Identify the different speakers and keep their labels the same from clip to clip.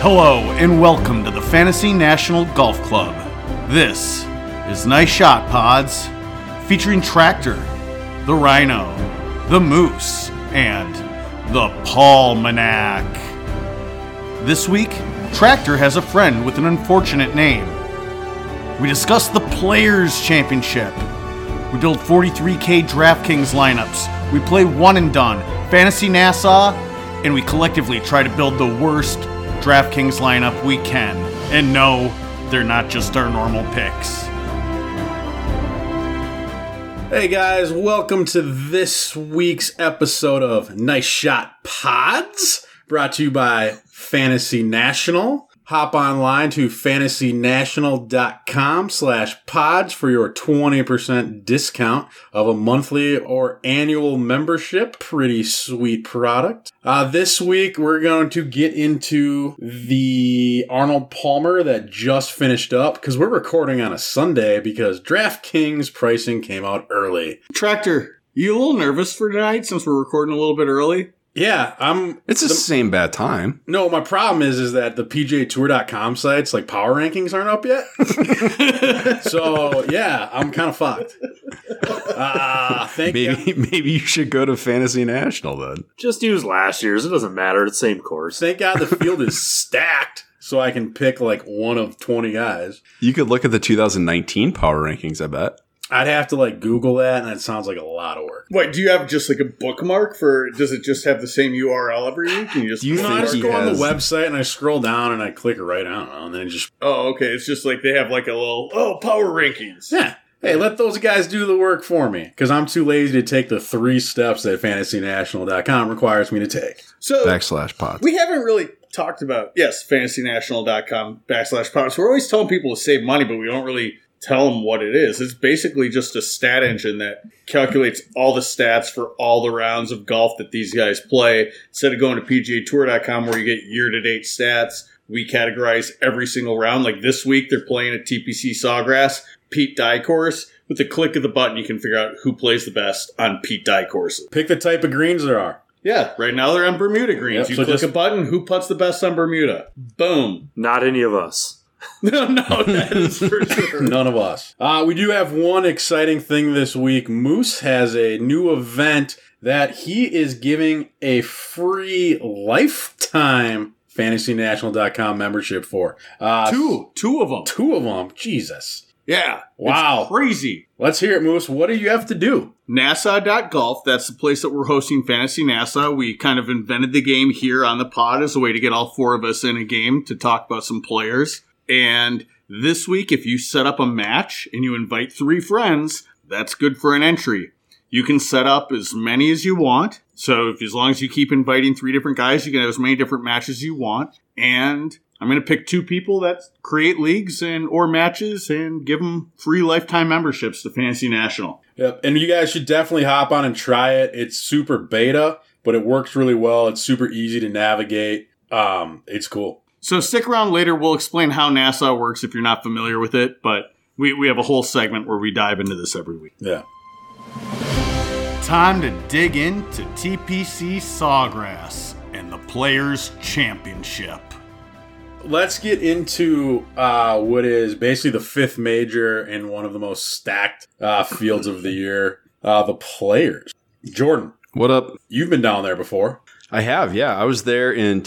Speaker 1: Hello and welcome to the Fantasy National Golf Club. This is Nice Shot Pods, featuring Tractor, the Rhino, the Moose, and the Palmanac. This week, Tractor has a friend with an unfortunate name. We discuss the Players' Championship. We build 43k DraftKings lineups. We play one and done, fantasy Nassau, and we collectively try to build the worst DraftKings lineup we can. And no, they're not just our normal picks.
Speaker 2: Hey guys, welcome to this week's episode of Nice Shot Pods, brought to you by Fantasy National. Hop online to fantasynational.com slash pods for your 20% discount of a monthly or annual membership. Pretty sweet product. Uh, this week, we're going to get into the Arnold Palmer that just finished up because we're recording on a Sunday because DraftKings pricing came out early.
Speaker 3: Tractor, you a little nervous for tonight since we're recording a little bit early?
Speaker 2: Yeah, I'm
Speaker 4: It's the, same bad time.
Speaker 2: No, my problem is is that the PGAtour.com sites like power rankings aren't up yet. so yeah, I'm kind of fucked. Ah, thank you.
Speaker 4: Maybe maybe you should go to Fantasy National then.
Speaker 5: Just use last year's. It doesn't matter. It's the same course.
Speaker 2: Thank God the field is stacked, so I can pick like one of twenty guys.
Speaker 4: You could look at the 2019 power rankings. I bet.
Speaker 2: I'd have to like Google that, and that sounds like a lot of work.
Speaker 3: Wait, do you have just like a bookmark for? Does it just have the same URL every week? And you just
Speaker 4: Do you
Speaker 2: No, I
Speaker 4: think
Speaker 2: just
Speaker 4: he
Speaker 2: go on the
Speaker 4: has-
Speaker 2: website and I scroll down and I click right out, and then it just
Speaker 3: oh, okay. It's just like they have like a little oh power rankings.
Speaker 2: yeah. Hey, let those guys do the work for me because I'm too lazy to take the three steps that FantasyNational.com requires me to take.
Speaker 3: So
Speaker 4: Backslash pot.
Speaker 3: we haven't really talked about yes, fantasynational.com backslash pods. We're always telling people to save money, but we don't really tell them what it is. It's basically just a stat engine that calculates all the stats for all the rounds of golf that these guys play. Instead of going to PGAtour.com where you get year to date stats, we categorize every single round. Like this week, they're playing at TPC Sawgrass, Pete Dye course. With the click of the button, you can figure out who plays the best on Pete Dye courses.
Speaker 2: Pick the type of greens there are.
Speaker 3: Yeah, right now they're on Bermuda greens.
Speaker 2: Yep,
Speaker 3: you
Speaker 2: so
Speaker 3: click
Speaker 2: just-
Speaker 3: a button, who puts the best on Bermuda? Boom.
Speaker 5: Not any of us.
Speaker 3: No, no, that is for sure.
Speaker 2: None of us. Uh, we do have one exciting thing this week. Moose has a new event that he is giving a free lifetime FantasyNational.com membership for. Uh,
Speaker 3: Two, two of them.
Speaker 2: two of them. Jesus.
Speaker 3: Yeah.
Speaker 2: Wow.
Speaker 3: It's crazy.
Speaker 2: Let's hear it, Moose. What do you have to do?
Speaker 3: NASA.golf, that's the place that we're hosting Fantasy NASA. We kind of invented the game here on the pod as a way to get all four of us in a game to talk about some players. And this week, if you set up a match and you invite three friends, that's good for an entry. You can set up as many as you want. So if, as long as you keep inviting three different guys, you can have as many different matches you want. And I'm going to pick two people that create leagues and or matches and give them free lifetime memberships to Fantasy National.
Speaker 2: Yep. And you guys should definitely hop on and try it. It's super beta, but it works really well. It's super easy to navigate. Um, it's cool.
Speaker 3: So stick around later. We'll explain how NASA works if you're not familiar with it, but we, we have a whole segment where we dive into this every week.
Speaker 2: Yeah.
Speaker 1: Time to dig into TPC Sawgrass and the Players' Championship.
Speaker 2: Let's get into uh, what is basically the fifth major and one of the most stacked uh, fields of the year. Uh, the players. Jordan,
Speaker 4: What up?
Speaker 2: you've been down there before.
Speaker 4: I have. Yeah, I was there in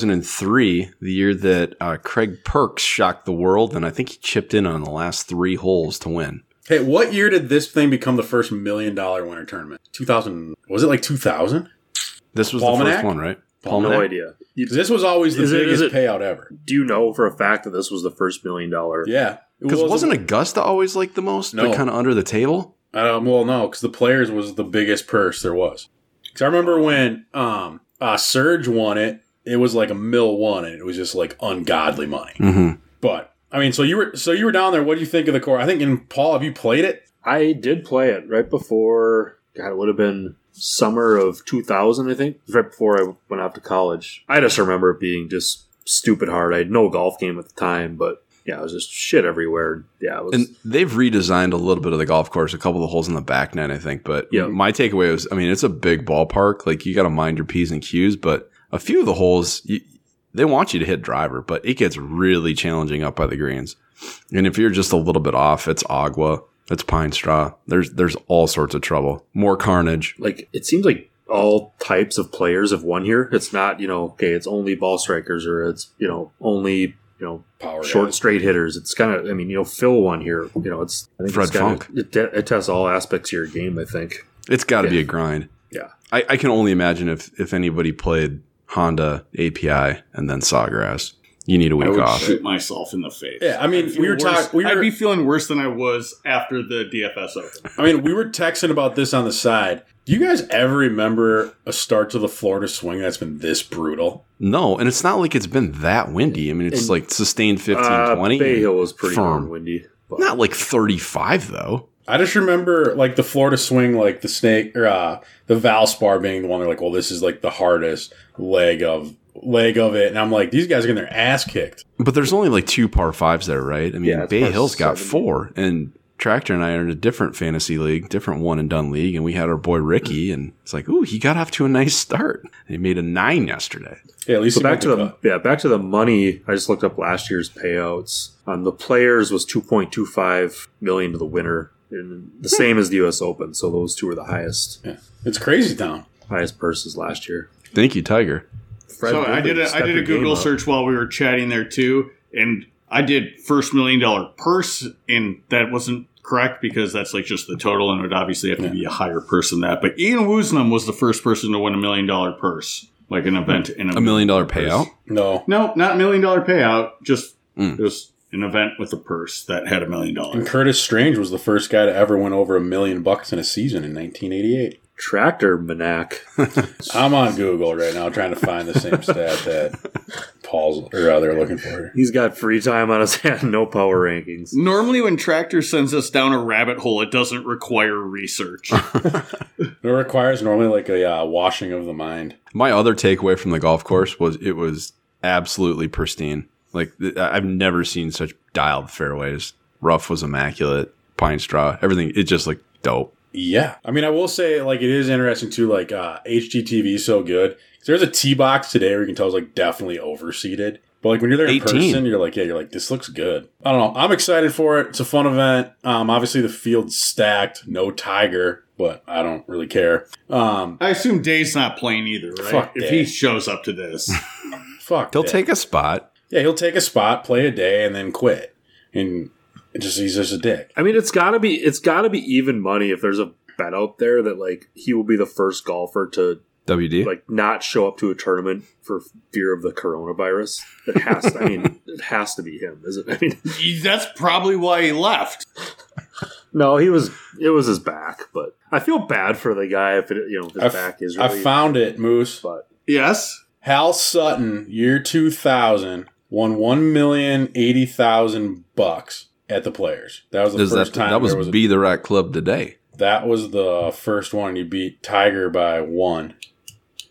Speaker 4: 2003, the year that uh, Craig Perks shocked the world, and I think he chipped in on the last three holes to win.
Speaker 2: Hey, what year did this thing become the first million dollar winner tournament? 2000. Was it like 2000?
Speaker 4: This was the
Speaker 2: Palmanac?
Speaker 4: first one, right?
Speaker 5: No
Speaker 4: Palmanac?
Speaker 5: idea.
Speaker 2: 'Cause This was always the
Speaker 5: Is it-
Speaker 2: biggest
Speaker 5: is it-
Speaker 2: payout ever.
Speaker 5: Do you know for a fact that this was the first million dollar?
Speaker 2: Yeah.
Speaker 4: Because wasn't Augusta always like the most,
Speaker 2: No.
Speaker 4: but kind of under the table?
Speaker 2: Um, well, no, because the players was the biggest purse there was. Because I remember when um, uh, Surge won it, it was like a mill one, and it was just like ungodly money.
Speaker 4: Mm-hmm.
Speaker 2: But I mean, so you were so you were down there. What do you think of the course? I think in Paul, have you played it?
Speaker 5: I did play it right before. God, it would have been summer of 2000, I think. It was Right before I went off to college. I just remember it being just stupid hard. I had no golf game at the time, but yeah, it was just shit everywhere. Yeah, it was.
Speaker 4: And they've redesigned a little bit of the golf course, a couple of the holes in the back net, I think. But
Speaker 5: Yeah.
Speaker 4: my takeaway was, I mean, it's a big ballpark. Like you got to mind your p's and q's, but a few of the holes, you, They want you to hit driver, but it gets really challenging up by the greens. And if you're just a little bit off, it's agua, it's pine straw. There's there's all sorts of trouble. More carnage.
Speaker 5: Like it seems like all types of players have won here. It's not you know okay, it's only ball strikers or it's you know only you know
Speaker 2: Power
Speaker 5: short straight hitters. It's kind of I mean you know Phil won here. You know it's I think
Speaker 4: Fred
Speaker 5: it's kinda-
Speaker 4: Funk.
Speaker 5: It, te- it tests all aspects of your game. I think
Speaker 4: It's got to
Speaker 5: Yeah.
Speaker 4: be a grind.
Speaker 5: Yeah.
Speaker 4: I, I can only imagine if if anybody played Honda API and then Sawgrass, you need a
Speaker 3: I
Speaker 4: week
Speaker 3: would
Speaker 5: Ah.
Speaker 4: off.
Speaker 3: shoot myself in the face.
Speaker 2: Yeah, I mean,
Speaker 3: I'd feel
Speaker 2: we were
Speaker 3: worse-
Speaker 2: talk- we
Speaker 3: I'd
Speaker 2: were-
Speaker 3: be feeling worse than I was after the DFS Open.
Speaker 2: I mean, we were texting about this on the side. Do you guys ever remember a start to the Florida swing that's been this brutal?
Speaker 4: No, and it's not like it's been that windy. I mean, it's
Speaker 5: And-
Speaker 4: like sustained 15,
Speaker 5: Uh,
Speaker 4: 20.
Speaker 5: Bay Hill was pretty
Speaker 4: firm.
Speaker 5: darn windy. But
Speaker 4: Not like 35, though.
Speaker 2: I just remember like the Florida swing, like the snake or uh, the Valspar being the one. They're like, well, this is like the hardest leg of leg of it, and I'm like, these guys are getting their ass kicked.
Speaker 4: But there's only like two par fives there, right? I mean,
Speaker 5: Yeah, it's
Speaker 4: Bay
Speaker 5: par
Speaker 4: Hill's got
Speaker 5: 70.
Speaker 4: four, and Tractor and I are in a different fantasy league, different one and done league, and we had our boy Ricky, and it's like, ooh, he got off to a nice start. And he made a nine yesterday.
Speaker 2: Yeah, at least
Speaker 5: So
Speaker 2: he
Speaker 5: back to
Speaker 2: made
Speaker 5: the
Speaker 2: cut.
Speaker 5: yeah, back to the money. I just looked up last year's payouts. Um, the players was two point two five million to the winner, and the
Speaker 3: Hmm.
Speaker 5: same as the U.S. Open. So those two were the highest
Speaker 2: Yeah. It's crazy town.
Speaker 5: highest purses last year.
Speaker 4: Thank you, Tiger.
Speaker 5: Fred
Speaker 3: so I
Speaker 5: Williams
Speaker 3: did a, I
Speaker 5: stepped
Speaker 3: did a
Speaker 5: the game
Speaker 3: Google
Speaker 5: up.
Speaker 3: search while we were chatting there too, and I did first million dollar purse, and that wasn't correct because that's like just the total, and it would obviously have to be a higher purse than that. But Ian Woosnam was the first person to win a million dollar purse, like an event in
Speaker 4: A million dollar payout.
Speaker 2: No,
Speaker 3: No, not million dollar payout. Just
Speaker 4: Mm.
Speaker 2: Hmm.
Speaker 3: it was an event with a purse that had a
Speaker 2: and
Speaker 3: million dollars.
Speaker 2: Curtis Strange was the first guy to ever win over a million bucks in a season in 1988.
Speaker 5: Tractor Manac.
Speaker 2: I'm on Google right now trying to find the same stat that Paul's or uh, they're looking for. here.
Speaker 5: He's got free time on his hand. No power rankings.
Speaker 3: Normally, when Tractor sends us down a rabbit hole, it doesn't require research.
Speaker 2: It requires normally like a uh, washing of the mind.
Speaker 4: My other takeaway from the golf course was it was absolutely pristine. Like th- I've never seen such dialed fairways. Rough was immaculate. Pine straw, everything. It just looked dope.
Speaker 2: Yeah, I mean, I will say like it is interesting too. Like uh, HGTV is so good. There's a tee box today where you can tell it's like definitely overseated. But like when you're there in
Speaker 4: 18.
Speaker 2: person, you're like, yeah, you're like, this looks good. I don't know. I'm excited for it. It's a fun event. Um, obviously the field's stacked, no tiger, but I don't really care. Um,
Speaker 3: I assume Dave's not playing either, right?
Speaker 2: Fuck
Speaker 3: if
Speaker 2: Dave.
Speaker 3: he shows up to this,
Speaker 2: fuck.
Speaker 4: He'll
Speaker 2: that.
Speaker 4: take a spot.
Speaker 2: Yeah, he'll take a spot, play a day, and then quit. And it just he's just a dick.
Speaker 5: I mean, it's gotta be it's gotta be even money if there's a bet out there that like he will be the first golfer to
Speaker 4: WD.
Speaker 5: like not show up to a tournament for fear of the coronavirus. It has. To, I mean, it has to be him, is it? I mean,
Speaker 3: that's probably why he left.
Speaker 5: no, he was. It was his back, but I feel bad for the guy if it, you know if his
Speaker 2: I f-
Speaker 5: back is
Speaker 2: I
Speaker 5: really.
Speaker 2: found it, Moose.
Speaker 5: but
Speaker 3: Yes,
Speaker 2: Hal Sutton, year 2000, won 1,080,000 bucks at the Players. That was the
Speaker 4: Does
Speaker 2: first
Speaker 4: that
Speaker 2: time
Speaker 4: that was,
Speaker 2: there was a-
Speaker 4: be the right club today?
Speaker 2: that was the first one he beat Tiger by one.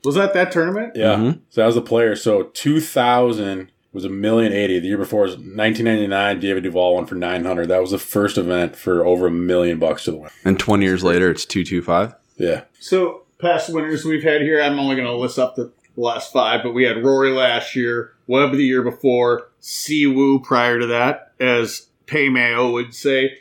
Speaker 3: was that that tournament?
Speaker 2: Yeah.
Speaker 4: Mhm.
Speaker 2: So that was the Players. So 2000 was a million eighty. The year before was 1999. David Duval won for 900. That was the first event for over a million bucks to the win.
Speaker 4: And twenty years later, it's two two five.
Speaker 2: Yeah.
Speaker 3: So past winners we've had here, I'm only going to list up the last five, but we had Rory last year, Webb the year before, Siwoo prior to that, as Pay Mayo would say,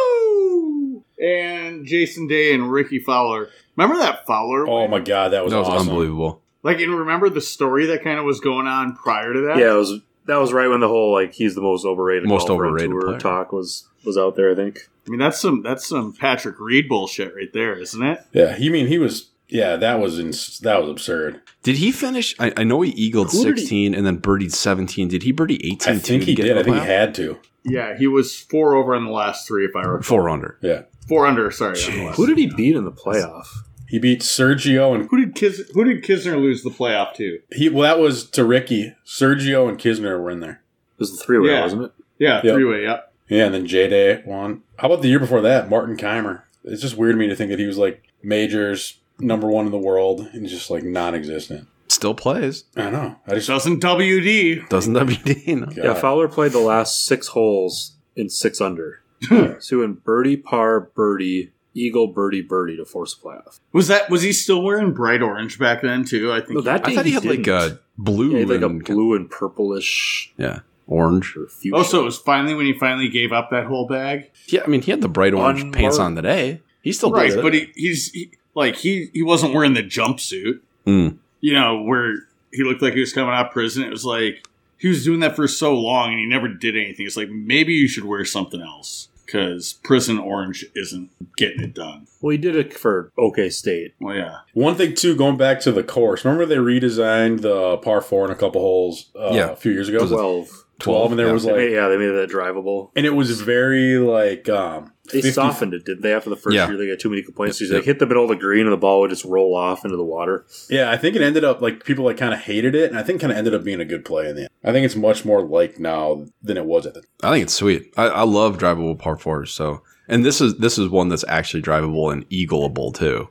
Speaker 3: Siwoo, and Jason Day and Ricky Fowler. Remember that Fowler?
Speaker 2: Oh my God, that
Speaker 4: That
Speaker 2: was,
Speaker 4: was
Speaker 2: awesome.
Speaker 4: unbelievable.
Speaker 3: Like, and remember the story that kind of was going on prior to that?
Speaker 5: yeah, it was. That was right when the whole like he's the most overrated,
Speaker 4: Most
Speaker 5: golfer on
Speaker 4: overrated
Speaker 5: tour
Speaker 4: player.
Speaker 5: talk was was out there. I think.
Speaker 3: I mean, that's some that's some Patrick Reed bullshit right there, isn't it?
Speaker 2: Yeah. He mean he was. Yeah, that was ins- that was absurd.
Speaker 4: Did he finish? I, I know he eagled
Speaker 5: Who did he-
Speaker 4: sixteen and then birdied seventeen. Did he birdie eighteen?
Speaker 2: I think
Speaker 4: too to
Speaker 2: he
Speaker 4: get
Speaker 2: did.
Speaker 4: the
Speaker 2: I think he
Speaker 4: playoff?
Speaker 2: had to.
Speaker 3: Yeah, he was four over in the last three, if I recall.
Speaker 4: four under.
Speaker 2: Yeah.
Speaker 3: Four under, sorry. on the
Speaker 4: Jeez.
Speaker 3: last
Speaker 5: Who did he
Speaker 3: three.
Speaker 5: beat in the playoff?
Speaker 2: He beat Sergio and
Speaker 3: Who did Kis- Who did Kisner lose the playoff to?
Speaker 2: he. Well, that was to Ricky. Sergio and Kisner were in there.
Speaker 5: It was the three way,
Speaker 3: Yeah.
Speaker 5: wasn't it?
Speaker 3: Yeah,
Speaker 2: Yep.
Speaker 3: three way. Yep.
Speaker 2: Yeah, and then J Day won. How about the year before that? Martin Keimer. It's just weird to me to think that he was like majors number one in the world and just like non-existent.
Speaker 4: Still plays.
Speaker 2: I know. I just
Speaker 3: Doesn't WD?
Speaker 4: Doesn't WD? No.
Speaker 2: God.
Speaker 5: Yeah, Fowler played the
Speaker 4: Hmm.
Speaker 5: last six holes in six under. so he went birdie, par, birdie, eagle birdie birdie to force a playoff.
Speaker 3: Was that was he still wearing bright orange back then too? I think
Speaker 5: No, that
Speaker 4: I thought he had like a blue,
Speaker 5: yeah, he had, like a
Speaker 4: and-
Speaker 5: blue and purplish
Speaker 4: yeah, orange.
Speaker 5: or fuchsia.
Speaker 3: Oh, so it was finally when he finally gave up that whole bag.
Speaker 4: Yeah, I mean, he had the bright orange
Speaker 5: Unmarked.
Speaker 4: pants on today. He still
Speaker 3: right,
Speaker 4: does it.
Speaker 3: but he, he's he, like he he wasn't wearing the jumpsuit.
Speaker 4: Mm.
Speaker 3: You know where he looked like he was coming out of prison. It was like he was doing that for so long and he never did anything. It's like maybe you should wear something else because prison orange isn't getting it done.
Speaker 5: well, he did it for OK State.
Speaker 3: Well, yeah,
Speaker 2: One thing too, going back to the course. Remember they redesigned the par four in a couple holes uh,
Speaker 4: Yeah.
Speaker 2: a few years ago.
Speaker 4: Was it
Speaker 5: Twelve.
Speaker 2: 12, and there
Speaker 4: Yeah.
Speaker 2: was
Speaker 5: They
Speaker 2: like,
Speaker 5: made- yeah, they made that drivable.
Speaker 2: and it was very like um,
Speaker 5: They
Speaker 2: 50
Speaker 5: softened it, didn't they? After the first
Speaker 4: Yeah.
Speaker 5: year, they got too many complaints.
Speaker 4: Yep,
Speaker 5: He's like, hit the middle of the green, and the ball would just roll off into the water.
Speaker 2: Yeah, I think it ended up like people like kind of hated it, and I think kind of ended up being a good play in the end. I think it's much more like now than it was at the.
Speaker 4: I think it's sweet. I, I love drivable par fours. So, and this is this is one that's actually drivable and eagleable too.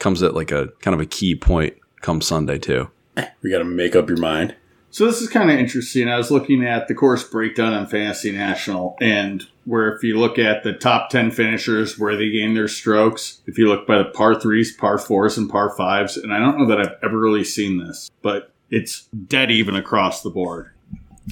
Speaker 4: Comes at like a kind of a key point come Sunday too.
Speaker 2: You got to make up your mind.
Speaker 3: So this is kind of interesting. I was looking at the course breakdown on Fantasy National, and where if you look at the top ten finishers where they gain their strokes, if you look by the par threes, par fours, and par fives, and I don't know that I've ever really seen this, but it's dead even across the board.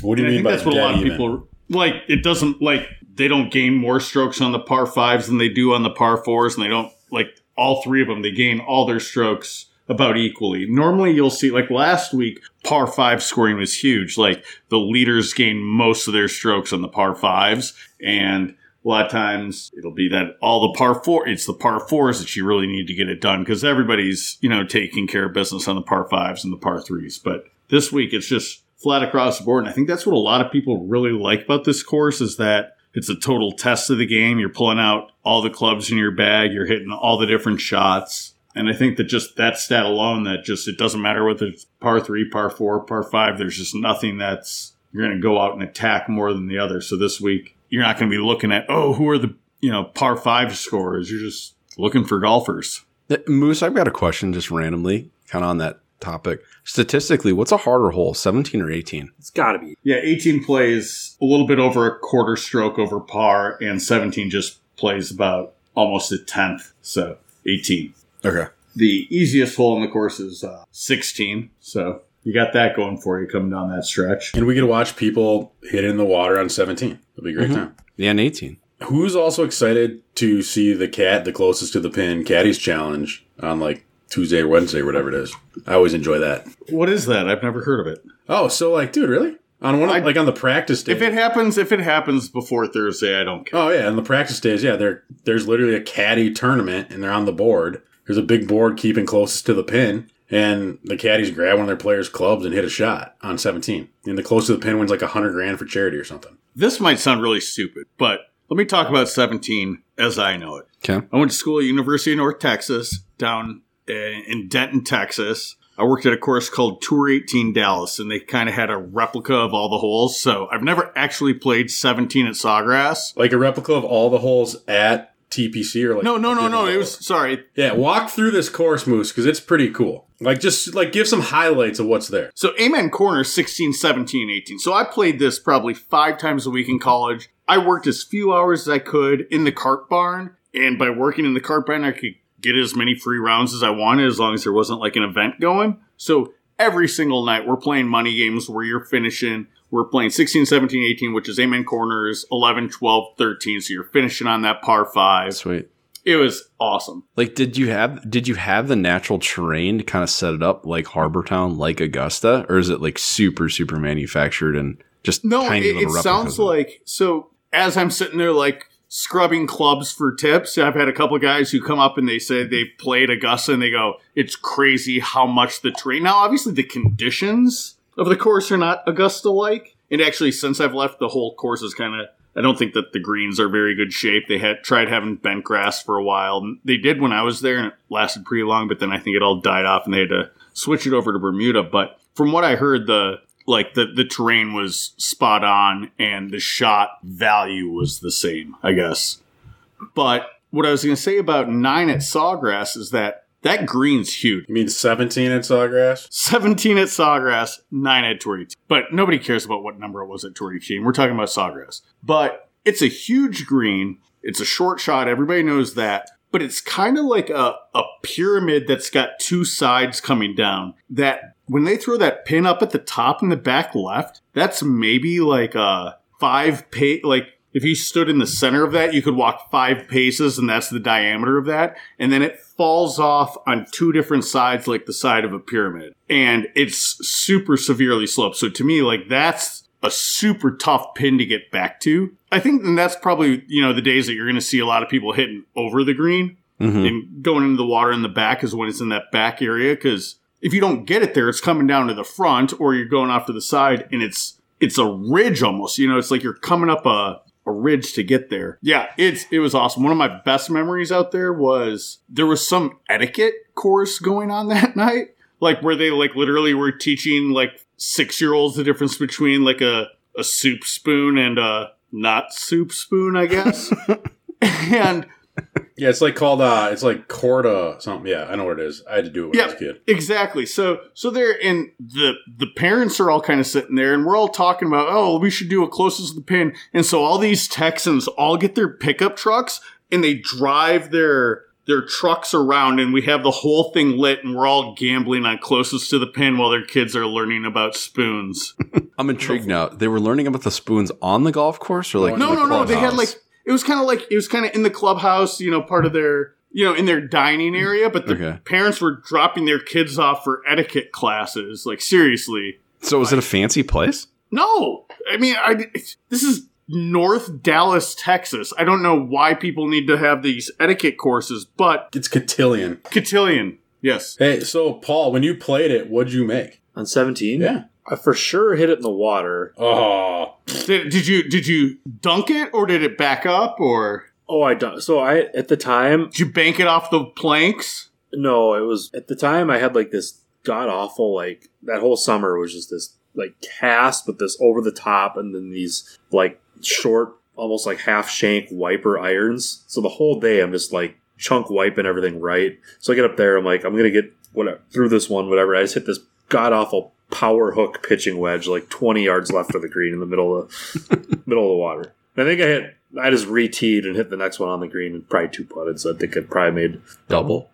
Speaker 2: What do you
Speaker 3: And I
Speaker 2: mean
Speaker 3: think
Speaker 2: by
Speaker 3: that's what a lot of
Speaker 2: dead
Speaker 3: people
Speaker 2: even?
Speaker 3: like. It doesn't like they don't gain more strokes on the par fives than they do on the par fours, and they don't like all three of them. They gain all their strokes about equally. Normally, you'll see like last week, par five scoring was huge. Like the leaders gain most of their strokes on the par fives, and a lot of times it'll be that all the par four, it's the par fours that you really need to get it done because everybody's, you know, taking care of business on the par fives and the par threes. But this week it's just flat across the board. And I think that's what a lot of people really like about this course is that it's a total test of the game. You're pulling out all the clubs in your bag, you're hitting all the different shots. And I think that just that stat alone, that just it doesn't matter whether it's par three, par four, par five, there's just nothing that's you're going to go out and attack more than the other. So this week, you're not going to be looking at, oh, who are the, you know, par five scorers. You're just looking for golfers.
Speaker 4: Uh, Moose, I've got a question just randomly, kind of on that topic. Statistically, what's a harder hole, seventeen or eighteen?
Speaker 5: It's got to be.
Speaker 3: Yeah, 18 plays a little bit over a quarter stroke over par, and 17 just plays about almost a tenth. So 18.
Speaker 4: Okay,
Speaker 3: The easiest hole in the course is uh, 16. So you got that going for you coming down that stretch.
Speaker 2: And we could watch people hit it in the water on seventeen. It'll be a great
Speaker 4: Mhm.
Speaker 2: time.
Speaker 4: yeah, and eighteen.
Speaker 2: Who's also excited to see the cat, the closest to the pin, caddies challenge on like Tuesday or Wednesday or whatever it is? I always enjoy that.
Speaker 3: What is that? I've never heard of it.
Speaker 2: Oh, so like, dude, really? On one, of like on the practice day.
Speaker 3: If it happens, if it happens before Thursday, I don't care.
Speaker 2: Oh yeah, and the practice days, yeah, there there's literally a caddy tournament and they're on the board. There's a big board keeping closest to the pin, and the caddies grab one of their players' clubs and hit a shot on seventeen. And the closest to the pin wins like a hundred grand for charity or something.
Speaker 3: This might sound really stupid, but let me talk about 17 as I know it.
Speaker 4: Okay.
Speaker 3: I went to school at University of North Texas down uh, in Denton, Texas. I worked at a course called Tour 18 Dallas, and they kind of had a replica of all the holes. So I've never actually played 17 at Sawgrass.
Speaker 2: Like a replica of all the holes at TPC or like
Speaker 3: No, no, no, no. It was sorry.
Speaker 2: yeah. Walk through this course, Moose, because it's pretty cool. Like just like give some highlights of what's there.
Speaker 3: So Amen Corner 16, 17, 18. So I played this probably five times a week in college. I worked as few hours as I could in the cart barn, and by working in the cart barn, I could get as many free rounds as I wanted as long as there wasn't like an event going. So every single night we're playing money games where you're finishing. We're playing 16, 17, 18, which is Amen Corners, 11, 12, 13. So you're finishing on that par five.
Speaker 4: Sweet.
Speaker 3: It was awesome.
Speaker 4: Like, did you have did you have the natural terrain to kind of set it up like Harbor Town, like Augusta, or is it like super super manufactured and just
Speaker 3: No,
Speaker 4: tiny
Speaker 3: it, it
Speaker 4: little replicas
Speaker 3: sounds
Speaker 4: of it?
Speaker 3: like so. As I'm sitting there, like scrubbing clubs for tips, I've had a couple guys who come up and they say they played Augusta and they go, "It's crazy how much the terrain." Now, obviously, the conditions of the course are not Augusta-like, and actually, since I've left, the whole course is kind of. I don't think that the greens are very good shape. They had tried having bent grass for a while. and They did when I was there, and it lasted pretty long. But then I think it all died off, and they had to switch it over to Bermuda. But from what I heard, the like the the terrain was spot on and the shot value was the same, I guess. But what I was going to say about 9 at Sawgrass is that that green's huge.
Speaker 2: You mean seventeen at Sawgrass?
Speaker 3: 17 at Sawgrass, 9 at Tory Team. But nobody cares about what number it was at Tory Team. We're talking about Sawgrass. But it's a huge green. It's a short shot. Everybody knows that. but it's kind of like a, a pyramid that's got two sides coming down. That when they throw that pin up at the top in the back left, that's maybe like a five pace. Like if you stood in the center of that, you could walk five paces, and that's the diameter of that. And then it falls off on two different sides, like the side of a pyramid. And it's super severely sloped. So to me, like that's a super tough pin to get back to. I think and that's probably, you know, the days that you're going to see a lot of people hitting over the green
Speaker 4: Mhm.
Speaker 3: and going into the water in the back is when it's in that back area cuz if you don't get it there it's coming down to the front or you're going off to the side and it's it's a ridge almost, you know, it's like you're coming up a a ridge to get there. Yeah, it's it was awesome. One of my best memories out there was there was some etiquette course going on that night like where they like literally were teaching like six year olds the difference between like a a soup spoon and a not soup spoon i guess and
Speaker 2: Yeah, it's like called uh it's like corda something. Yeah, I know what it is. I had to do it when I was a kid.
Speaker 3: Exactly. So so they're and the the parents are all kind of sitting there and we're all talking about, oh, we should do a closest to the pin. And so all these Texans all get their pickup trucks and they drive their their trucks around and we have the whole thing lit and we're all gambling on closest to the pin while their kids are learning about spoons.
Speaker 4: I'm intrigued now. They were learning about the spoons on the golf course, or like
Speaker 3: no,
Speaker 4: in the
Speaker 3: no, no. They had
Speaker 4: clubhouse?
Speaker 3: like it was kind of like it was kind of in the clubhouse, you know, part of their you know in their dining area, but the
Speaker 4: Okay.
Speaker 3: parents were dropping their kids off for etiquette classes. Like seriously.
Speaker 4: So was it a fancy place?
Speaker 3: No, I mean, I this is North Dallas, Texas. I don't know why people need to have these etiquette courses, but
Speaker 2: It's cotillion.
Speaker 3: cotillion, yes.
Speaker 2: Hey, so Paul, when you played it, what'd you make?
Speaker 5: On 17?
Speaker 2: Yeah.
Speaker 5: I for sure hit it in the water.
Speaker 2: Oh,
Speaker 3: Did, did you did you dunk it or did it back up or
Speaker 5: Oh, I don't. So I, at the time,
Speaker 3: did you bank it off the planks?
Speaker 5: no, it was, at the time I had like this god awful, like, that whole summer was just this, like, cast, but this over the top, and then these, like, short, almost like half shank wiper irons. So the whole day I'm just like chunk wiping everything right. So I get up there, I'm like, I'm going to get whatever, through this one, whatever. I just hit this god awful power hook pitching wedge, like 20 yards left of the green in the middle of middle of the water. I think I hit. I just re-teed and hit the next one on the green and probably two putted. So I think it probably made.
Speaker 4: Double.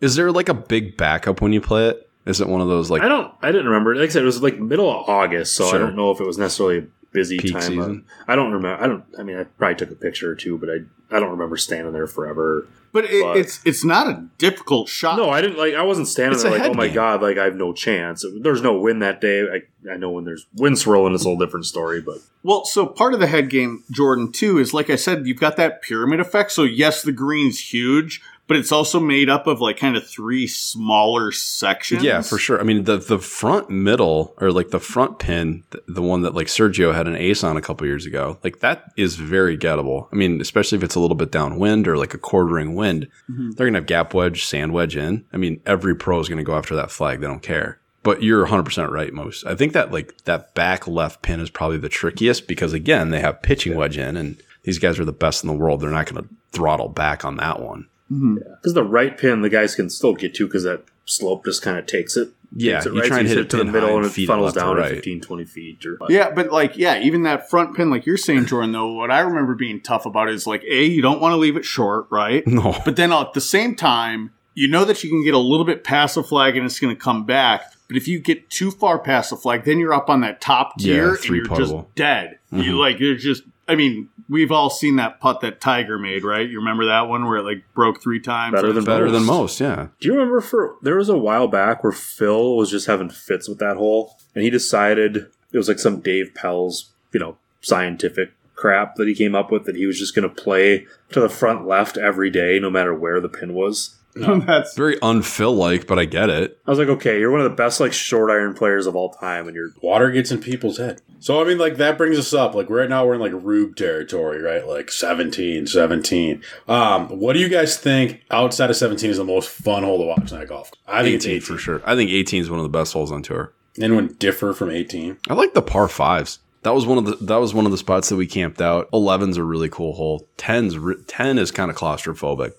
Speaker 4: Is there like a big backup when you play it? Is it one of those like
Speaker 5: I don't. I didn't remember. Like I said, it was like middle of August, so I
Speaker 4: Sure.
Speaker 5: don't know if it was necessarily a busy
Speaker 4: peak
Speaker 5: time.
Speaker 4: season?
Speaker 5: I don't remember. I don't. I mean, I probably took a picture or two, but I. I don't remember standing there forever.
Speaker 3: But, it,
Speaker 5: But-
Speaker 3: it's it's not a difficult shot.
Speaker 5: No, I didn't like. I wasn't
Speaker 4: Uh,
Speaker 5: standing
Speaker 4: It's
Speaker 5: there
Speaker 4: a
Speaker 5: like,
Speaker 4: head
Speaker 5: oh my
Speaker 4: game.
Speaker 5: god, like I have no chance. There's no win that day. I, I know when there's wind swirling, it's a whole different story. But
Speaker 3: Well, so part of the head game, Jordan, too, is like I said, you've got that pyramid effect. So, yes, the green's huge, but it's also made up of like kind of three smaller sections.
Speaker 4: Yeah, for sure. I mean, the the front middle or like the front pin, th- the one that like Sergio had an ace on a couple years ago, like that is very gettable. I mean, especially if it's a little bit downwind or like a quartering wind, they're gonna have gap wedge, sand wedge in. I mean, every pro is gonna go after that flag. They don't care. But you're 100 percent right, most. I think that like that back left pin is probably the trickiest because again, they have pitching wedge in, and these guys are the best in the world. They're not gonna throttle back on that one.
Speaker 5: because the right pin, the guys can still get to because that slope just kind of takes it.
Speaker 4: Yeah,
Speaker 5: takes it
Speaker 4: you
Speaker 5: right,
Speaker 4: try and
Speaker 5: takes
Speaker 4: hit
Speaker 5: it
Speaker 4: it
Speaker 5: to the
Speaker 4: pin
Speaker 5: middle
Speaker 4: high
Speaker 5: and it
Speaker 4: feed
Speaker 5: funnels
Speaker 4: left to
Speaker 5: down to
Speaker 4: right.
Speaker 5: 15, 20 feet. Or,
Speaker 3: Yeah, but like, yeah, even that front pin, like you're saying, Jordan, though, what I remember being tough about is like, A, you don't want to leave it short, right?
Speaker 4: No,
Speaker 3: But then at the same time, you know that you can get a little bit past the flag and it's going to come back. But if you get too far past the flag, then you're up on that top
Speaker 4: Yeah,
Speaker 3: tier and
Speaker 4: three
Speaker 3: you're
Speaker 4: puttable.
Speaker 3: just dead. You
Speaker 4: Mhm.
Speaker 3: like you're just. I mean, we've all seen that putt that Tiger made, right? You remember that one where it like broke three times.
Speaker 5: Better than
Speaker 4: better than most.
Speaker 5: most.
Speaker 4: Yeah,
Speaker 5: Do you remember for there was a while back where Phil was just having fits with that hole, and he decided it was like some Dave Pell's, you know, scientific crap that he came up with that he was just going to play to the front left every day, no matter where the pin was.
Speaker 3: that's
Speaker 4: very unphil like, but I get it.
Speaker 5: I was like, okay, you're one of the best like short iron players of all time, and you're
Speaker 2: water gets in people's head. So I mean, like that brings us up. Like right now, we're in like Rube territory, right? Like 17, 17. Um, what do you guys think outside of seventeen is the most fun hole to watch in that golf? I think
Speaker 4: 18
Speaker 2: it's
Speaker 4: for
Speaker 2: eighteen.
Speaker 4: sure. I think 18 is one of the best holes on tour.
Speaker 2: Anyone differ from eighteen?
Speaker 4: I like the par fives. That was one of the that was one of the spots that we camped out. 11's a really cool hole. 10's re- 10 is kind of claustrophobic.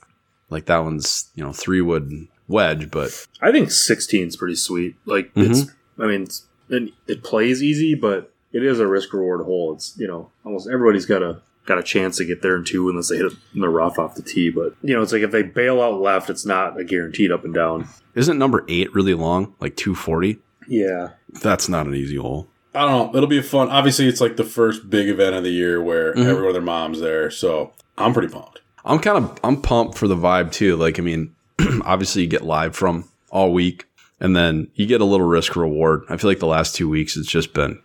Speaker 4: Like that one's you know three wood wedge, but
Speaker 5: I think 16 is pretty sweet. Like
Speaker 4: Mm-hmm.
Speaker 5: it's, I mean, it's, and it plays easy, but it is a risk reward hole. It's you know almost everybody's got a got a chance to get there in two unless they hit it in the rough off the tee. But you know, it's like if they bail out left, it's not a guaranteed up and down.
Speaker 4: Isn't number eight really long? Like 240?
Speaker 5: Yeah,
Speaker 4: That's not an easy hole.
Speaker 2: I don't know. It'll be fun. Obviously, it's like the first big event of the year where
Speaker 4: Mhm.
Speaker 2: everyone and their mom's there. So I'm pretty pumped.
Speaker 4: I'm kind of I'm pumped for the vibe too. Like I mean, obviously you get live from all week, and then you get a little risk reward. I feel like the last two weeks it's just been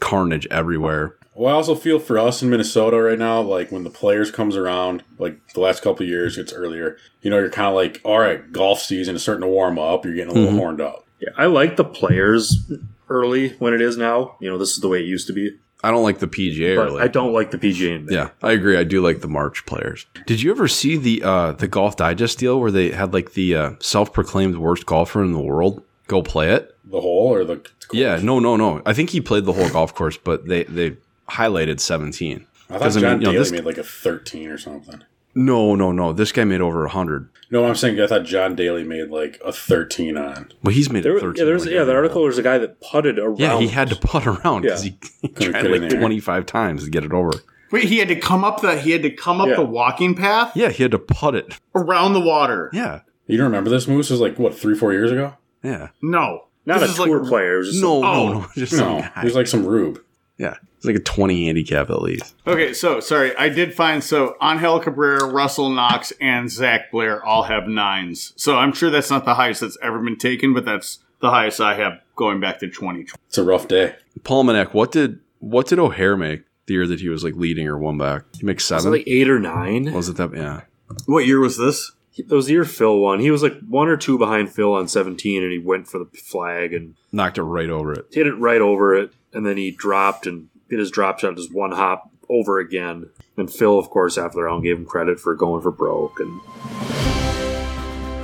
Speaker 4: carnage everywhere.
Speaker 2: Well, I also feel for us in Minnesota right now, like when the players comes around, like the last couple of years, it's earlier. You know, you're kind of like, all right, golf season is starting to warm up. You're getting a little
Speaker 4: Mhm.
Speaker 2: horned up.
Speaker 5: yeah. I like the players early when it is now. You know, this is the way it used to be.
Speaker 4: I don't like the PGA.
Speaker 5: But
Speaker 4: Early.
Speaker 5: I don't like the PGA. In May.
Speaker 4: Yeah, I agree. I do like the March players. Did you ever see the uh, the Golf Digest deal where they had like the uh, self proclaimed worst golfer in the world go play it?
Speaker 2: The hole or the
Speaker 4: Yeah, no, no, no. I think he played the whole golf course, but they they highlighted 17.
Speaker 2: I thought
Speaker 4: 'Cause, I
Speaker 2: John
Speaker 4: mean, you know,
Speaker 2: Daly
Speaker 4: this-
Speaker 2: made like a 13 or something.
Speaker 4: No, no, no. This guy made over 100.
Speaker 2: No, I'm saying I thought John Daly made like a 13 on.
Speaker 4: Well, he's made
Speaker 5: There,
Speaker 4: it
Speaker 5: yeah,
Speaker 4: 13.
Speaker 5: there's
Speaker 4: like,
Speaker 5: yeah.
Speaker 4: every
Speaker 5: The article
Speaker 4: hole.
Speaker 5: there's a guy that putted around.
Speaker 4: Yeah, he had to putt around because he
Speaker 2: get
Speaker 4: tried
Speaker 2: in
Speaker 4: like
Speaker 2: there.
Speaker 4: 25 times to get it over.
Speaker 3: Wait, he had to come up the he had to come up
Speaker 5: Yeah.
Speaker 3: the walking path
Speaker 4: Yeah, he had to putt it.
Speaker 3: around the water.
Speaker 4: Yeah,
Speaker 2: You don't remember this moose? It was like, what, three, four years ago?
Speaker 4: yeah.
Speaker 3: No,
Speaker 5: not
Speaker 3: This
Speaker 5: a
Speaker 3: is
Speaker 5: tour
Speaker 3: like,
Speaker 5: player. It was just
Speaker 4: No,
Speaker 3: oh,
Speaker 4: no, no. Just some
Speaker 2: No,
Speaker 4: guy.
Speaker 2: it was like some Rube.
Speaker 4: yeah, it's like a 20 handicap at least.
Speaker 3: Okay, so sorry, I did find so Angel Cabrera, Russell Knox, and Zach Blair all have nines. So I'm sure that's not the highest that's ever been taken, but that's the highest I have going back to 2020.
Speaker 2: It's a rough day.
Speaker 4: Paul Manek, what did what did O'Hare make the year that he was like leading or one back? He makes
Speaker 5: was it
Speaker 4: seven.
Speaker 5: like eight or nine.
Speaker 4: was it that? Yeah.
Speaker 3: What year was this?
Speaker 5: It was the year Phil won. He was like one or two behind Phil on 17, and he went for the flag and
Speaker 4: Knocked it right over it.
Speaker 5: hit it right over it, and then he dropped and hit his drop shot just one hop over again. And Phil, of course, after the round, gave him credit for going for broke. And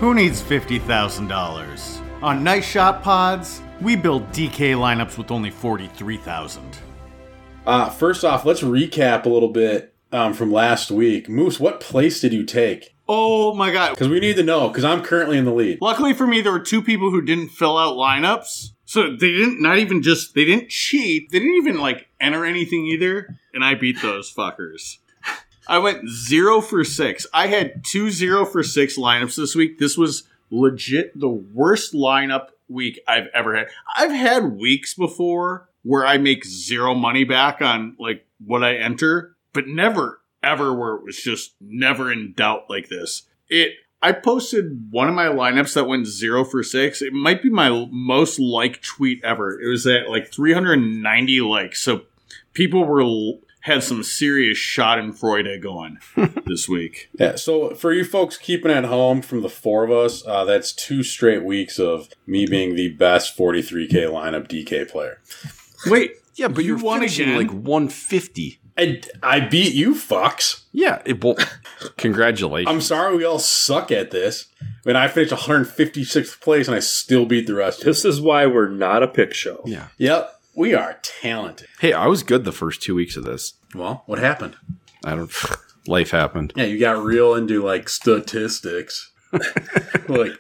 Speaker 1: Who needs $50,000? On Nice Shot Pods, we build DK lineups with only 43,000.
Speaker 2: Uh, first off, let's recap a little bit um, from last week. Moose, what place did you take?
Speaker 3: Oh my god.
Speaker 2: Because we need to know, because I'm currently in the lead.
Speaker 3: Luckily for me, there were two people who didn't fill out lineups. So they didn't not even just they didn't cheat. They didn't even like enter anything either. And I beat those fuckers. I went zero for six. I had two zero for six lineups this week. This was legit the worst lineup week I've ever had. I've had weeks before where I make zero money back on like what I enter, but never ever where it was just never in doubt like this. It I posted one of my lineups that went zero for six. It might be my most liked tweet ever. It was at like 390 likes. So people were had some serious Schadenfreude going this week.
Speaker 2: Yeah, so for you folks keeping at home from the four of us, uh, that's two straight weeks of me being the best 43K lineup DK player.
Speaker 3: Wait,
Speaker 4: Yeah, but
Speaker 3: You
Speaker 4: you're
Speaker 3: won
Speaker 4: finishing
Speaker 3: again?
Speaker 4: like 150.
Speaker 2: I, I beat you, fucks.
Speaker 4: Yeah, it will. congratulations.
Speaker 2: I'm sorry we all suck at this. I mean, I finished 156th place and I still beat the rest.
Speaker 5: this is why we're not a pick show.
Speaker 4: Yeah.
Speaker 2: Yep, we are talented.
Speaker 4: hey, I was good the first two weeks of this.
Speaker 2: Well, what happened?
Speaker 4: I don't. Life happened.
Speaker 2: Yeah, you got real into like statistics. like,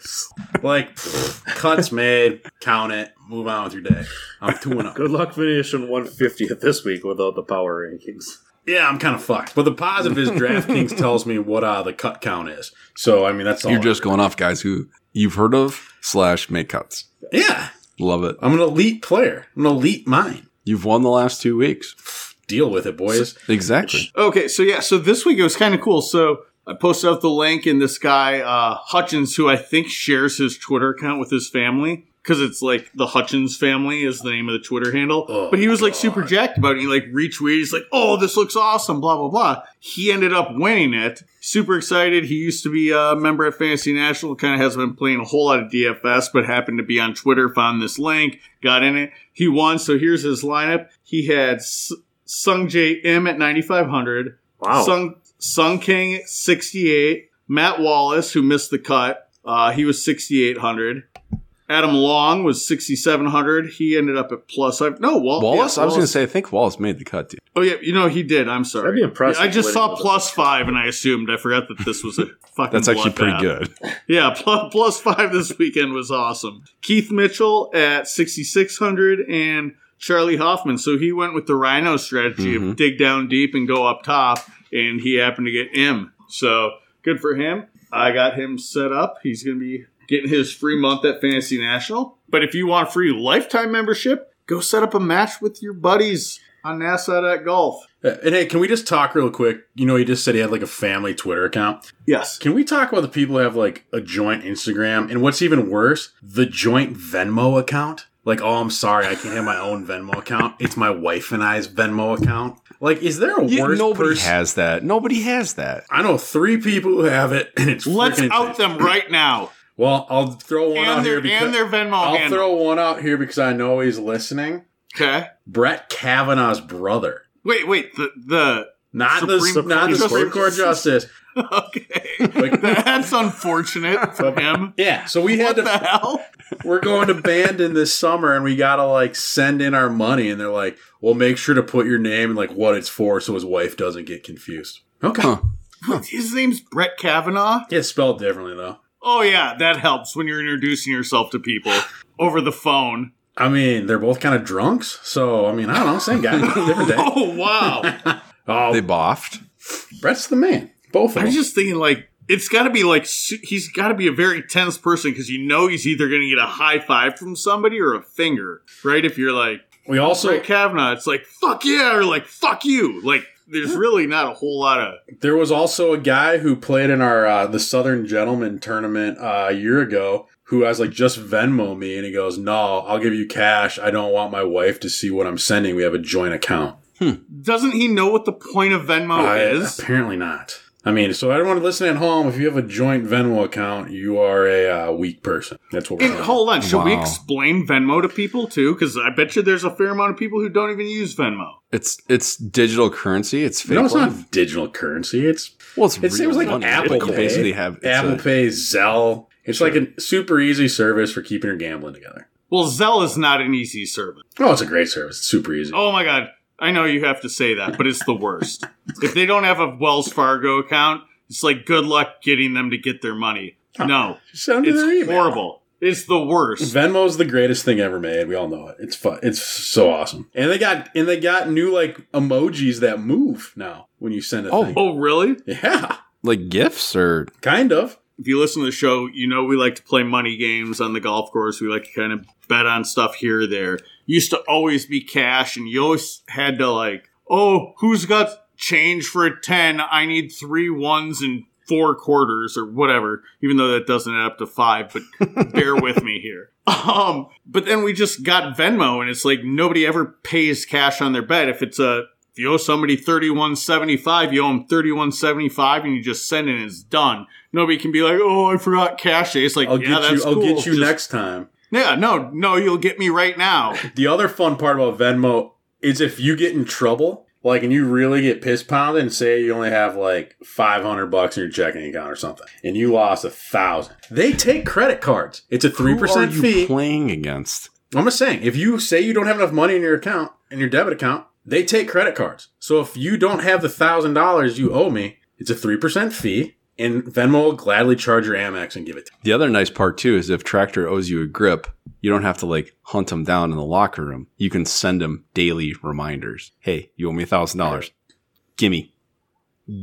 Speaker 2: like pfft, cuts made, count it, move on with your day. I'm 2 and 0.
Speaker 5: Good luck finishing 150th this week without the power rankings.
Speaker 2: Yeah, I'm kind of fucked. But the positive is DraftKings tells me what uh, the cut count is. So, I mean, that's all.
Speaker 4: You're just going off guys who you've heard of slash make cuts.
Speaker 2: yeah,
Speaker 4: Love it.
Speaker 2: I'm an elite player. I'm an elite mind.
Speaker 4: You've won the last two weeks.
Speaker 2: Deal with it, boys.
Speaker 4: Exactly.
Speaker 3: Okay, so yeah, so this week it was kind of cool. So I posted out the link, and this guy uh, Hutchins, who I think shares his Twitter account with his family, because it's like the Hutchins family is the name of the Twitter handle.
Speaker 2: Oh,
Speaker 3: but he was like super jacked about it. He like retweeted. He's like, "Oh, this looks awesome!" Blah blah blah. He ended up winning it. Super excited. He used to be a member at Fantasy National. Kind of hasn't been playing a whole lot of DFS, but happened to be on Twitter, found this link, got in it. He won. So here's his lineup. He had. S- Sung J M at 9,500.
Speaker 4: Oh.
Speaker 5: Wow.
Speaker 3: Sung, Sung King, 68. Matt Wallace, who missed the cut, uh, he was 6,800. Adam Long was 6,700. He ended up at plus five. No, Wal-
Speaker 4: Wallace.
Speaker 3: yeah,
Speaker 4: I was going to say. I think Wallace made the cut. Dude.
Speaker 3: Oh, yeah, you know, he did. I'm sorry.
Speaker 5: That'd be impressive.
Speaker 3: Yeah, I just
Speaker 5: Winning
Speaker 3: saw
Speaker 5: with a-
Speaker 3: plus five and I assumed. I forgot that this was a fucking
Speaker 4: That's actually pretty
Speaker 3: bloodbath.
Speaker 4: good.
Speaker 3: Yeah, plus, plus five this weekend was awesome. Keith Mitchell at 6,600 and Charlie Hoffman. So he went with the Rhino strategy
Speaker 4: Mhm.
Speaker 2: Mm-hmm.
Speaker 3: of dig down deep and go up top, and he happened to get him. So good for him. I got him set up. He's going to be getting his free month at Fantasy National. But if you want free lifetime membership, go set up a match with your buddies on NASA.golf.
Speaker 2: Uh, And hey, can we just talk real quick? You know, he just said he had like a family Twitter account.
Speaker 3: Yes.
Speaker 2: Can we talk about the people who have like a joint Instagram and what's even worse, the joint Venmo account? Like, oh, I'm sorry, I can't have my own Venmo account. It's my wife and I's Venmo account. Like, is there a
Speaker 4: Yeah,
Speaker 2: worse
Speaker 4: nobody
Speaker 2: person?
Speaker 4: has that. Nobody has that.
Speaker 2: I know three people who have it, and it's
Speaker 3: Let's
Speaker 2: freaking
Speaker 3: out
Speaker 2: insane.
Speaker 3: them right now.
Speaker 2: Well, I'll throw one out
Speaker 3: And their,
Speaker 2: here
Speaker 3: and
Speaker 2: because
Speaker 3: their Venmo
Speaker 2: I'll
Speaker 3: handle.
Speaker 2: throw one out here because I know he's listening.
Speaker 3: okay.
Speaker 2: Brett Kavanaugh's brother,
Speaker 3: Wait, wait. The, the
Speaker 2: not the
Speaker 3: Supreme
Speaker 2: not the
Speaker 3: Court
Speaker 2: Supreme Court justice.
Speaker 3: Okay.
Speaker 2: Like-
Speaker 3: That's unfortunate for him.
Speaker 2: Yeah, so we
Speaker 3: What
Speaker 2: had to
Speaker 3: the hell?
Speaker 2: we're going to Bandon this summer and we gotta like send in our money and they're like, Well make sure to put your name and like what it's for so his wife doesn't get confused. Okay.
Speaker 4: Huh.
Speaker 3: His name's Brett Kavanaugh.
Speaker 2: It's spelled differently though.
Speaker 3: Oh yeah, that helps when you're introducing yourself to people over the phone.
Speaker 2: I mean, they're both kind of drunks, so I mean I don't know, same guy, different day.
Speaker 3: Oh wow.
Speaker 2: Oh
Speaker 4: They boffed.
Speaker 2: Brett's the man. Both of
Speaker 3: I
Speaker 2: them.
Speaker 3: was just thinking like it's got to be like su- he's got to be a very tense person because you know he's either going to get a high five from somebody or a finger, right? If you're like
Speaker 2: we also
Speaker 3: Brett Kavanaugh, it's like fuck yeah or like fuck you. Like there's really not a whole lot of
Speaker 2: there was also a guy who played in our uh, the Southern Gentleman tournament uh, a year ago who I was like just Venmo me and he goes, "No, I'll give you cash. I don't want my wife to see what I'm sending. We have a joint account."
Speaker 3: Doesn't he know what the point of
Speaker 4: Oh,
Speaker 3: Venmo
Speaker 2: I-
Speaker 3: is?
Speaker 2: Apparently not. I mean, so everyone listening at home, if you have a joint Venmo account, you are a uh, weak person. That's what we're
Speaker 3: And
Speaker 2: talking
Speaker 3: hold on, should we
Speaker 4: Wow.
Speaker 3: explain Venmo to people too? Because I bet you there's a fair amount of people who don't even use Venmo.
Speaker 4: It's it's digital currency. It's
Speaker 2: about.
Speaker 4: fake.
Speaker 2: No, it's
Speaker 4: money.
Speaker 2: not digital currency. It's
Speaker 4: Well, it's
Speaker 2: it seems
Speaker 4: real
Speaker 2: like
Speaker 4: money.
Speaker 2: Apple
Speaker 4: You
Speaker 2: Pay.
Speaker 4: basically have it's
Speaker 2: Apple
Speaker 4: a-
Speaker 2: Pay, Zelle. It's like a super easy service for keeping your gambling together.
Speaker 3: Well, Zelle is not an easy service.
Speaker 2: Oh, it's a great service. It's super easy.
Speaker 3: Oh my god, I know you have to say that, but it's the worst. if they don't have a Wells Fargo account, it's like good luck getting them to get their money. No,
Speaker 2: Send it to their
Speaker 3: it's
Speaker 2: email.
Speaker 3: horrible. It's the worst.
Speaker 2: Venmo's the greatest thing ever made. We all know it. It's fun. It's so awesome. And they got and they got new like emojis that move now when you send a
Speaker 4: Oh.
Speaker 2: thing.
Speaker 3: Oh, really?
Speaker 2: Yeah,
Speaker 4: like gifts or
Speaker 2: kind of.
Speaker 3: if you listen to the show, you know we like to play money games on the golf course. We like to kind of bet on stuff here or there. Used to always be cash, and you always had to like, oh, who's got change for a ten? I need three ones and four quarters or whatever. Even though that doesn't add up to five, but bear with me here. Um, but then we just got Venmo, and it's like nobody ever pays cash on their bet. If it's a if you owe somebody thirty one seventy five, you owe them thirty one seventy five, and you just send it, and it's done. Nobody can be like, "Oh, I forgot cash." It's like,
Speaker 2: I'll
Speaker 3: yeah,
Speaker 2: get
Speaker 3: that's
Speaker 2: you. I'll
Speaker 3: cool.
Speaker 2: get you
Speaker 3: Just-
Speaker 2: next time.
Speaker 3: Yeah, no, no, you'll get me right now.
Speaker 2: The other fun part about Venmo is if you get in trouble, like, and you really get piss pounded, and say you only have like five hundred bucks in your checking account or something, and you lost a thousand, they take credit cards. It's a three percent
Speaker 4: Who are you
Speaker 2: fee.
Speaker 4: playing against?
Speaker 2: I'm just saying, if you say you don't have enough money in your account, in your debit account, they take credit cards. So if you don't have the thousand dollars you owe me, it's a three percent fee, and Venmo will gladly charge your Amex and give it. to you.
Speaker 4: The other nice part too is if Tractor owes you a grip, you don't have to like hunt him down in the locker room. You can send him daily reminders. Hey, you owe me a thousand dollars. Gimme,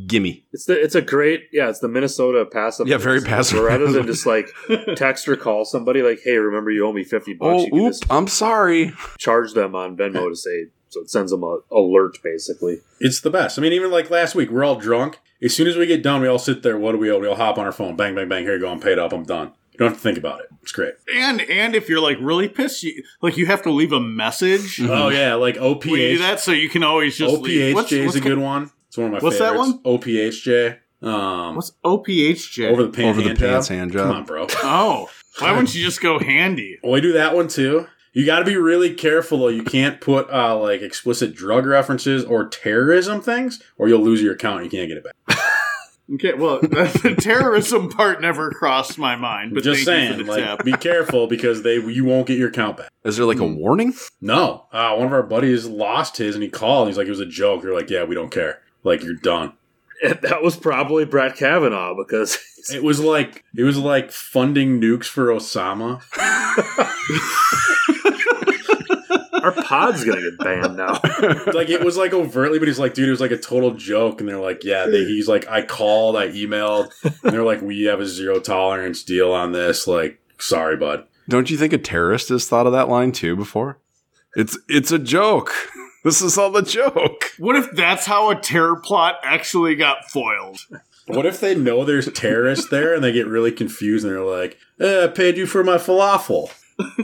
Speaker 4: gimme.
Speaker 5: It's the it's a great yeah. It's the Minnesota passive.
Speaker 4: Yeah, very passive.
Speaker 5: Rather than just like text or call somebody like, hey, remember you owe me fifty bucks.
Speaker 4: Oh,
Speaker 5: you can
Speaker 4: oop!
Speaker 5: just
Speaker 4: I'm sorry.
Speaker 5: charge them on Venmo to say so it sends them a alert basically.
Speaker 2: It's the best. I mean, even like last week, we're all drunk. As soon as we get done, we all sit there. What do we owe? We all hop on our phone. Bang, bang, bang. Here you go. I'm paid up. I'm done. You don't have to think about it. It's great.
Speaker 3: And and if you're like really pissed, you like you have to leave a message.
Speaker 2: Oh yeah, like OPH.
Speaker 3: We do that so you can always just leave.
Speaker 2: OPHJ is a
Speaker 3: what's-
Speaker 2: good one. It's one of my
Speaker 3: What's that
Speaker 2: favorites.
Speaker 3: one?
Speaker 2: OPHJ. Um,
Speaker 3: What's OPHJ?
Speaker 2: over the pants
Speaker 4: Over the
Speaker 2: hand
Speaker 4: pants
Speaker 2: job.
Speaker 4: hand
Speaker 2: Come
Speaker 4: job.
Speaker 2: on, bro.
Speaker 3: oh, why wouldn't you just go handy?
Speaker 2: Well, we do that one too. You got to be really careful though. You can't put uh, like explicit drug references or terrorism things, or you'll lose your account. and You can't get it back.
Speaker 3: Okay, well, the terrorism part never crossed my mind. But
Speaker 2: Just
Speaker 3: thank you
Speaker 2: saying,
Speaker 3: for the
Speaker 2: like,
Speaker 3: tip.
Speaker 2: be careful because they you won't get your account back.
Speaker 4: Is there like
Speaker 2: Hmm.
Speaker 4: a warning?
Speaker 2: No, uh, one of our buddies lost his, and he called. And he's like, "It was a joke." You're like, "Yeah, we don't care. Like, you're done."
Speaker 5: And that was probably Brett Kavanaugh because
Speaker 2: It was like it was like funding nukes for Osama.
Speaker 5: Our pod's gonna get banned now.
Speaker 2: like it was like overtly, but he's like, dude, it was like a total joke. And they're like, yeah, they, he's like, I called, I emailed, and they're like, we have a zero tolerance deal on this. Like, sorry, bud.
Speaker 4: Don't you think a terrorist has thought of that line too before? It's it's a joke. This is all a joke.
Speaker 3: What if that's how a terror plot actually got foiled?
Speaker 2: What if they know there's terrorists there and they get really confused and they're like, eh, I paid you for my falafel.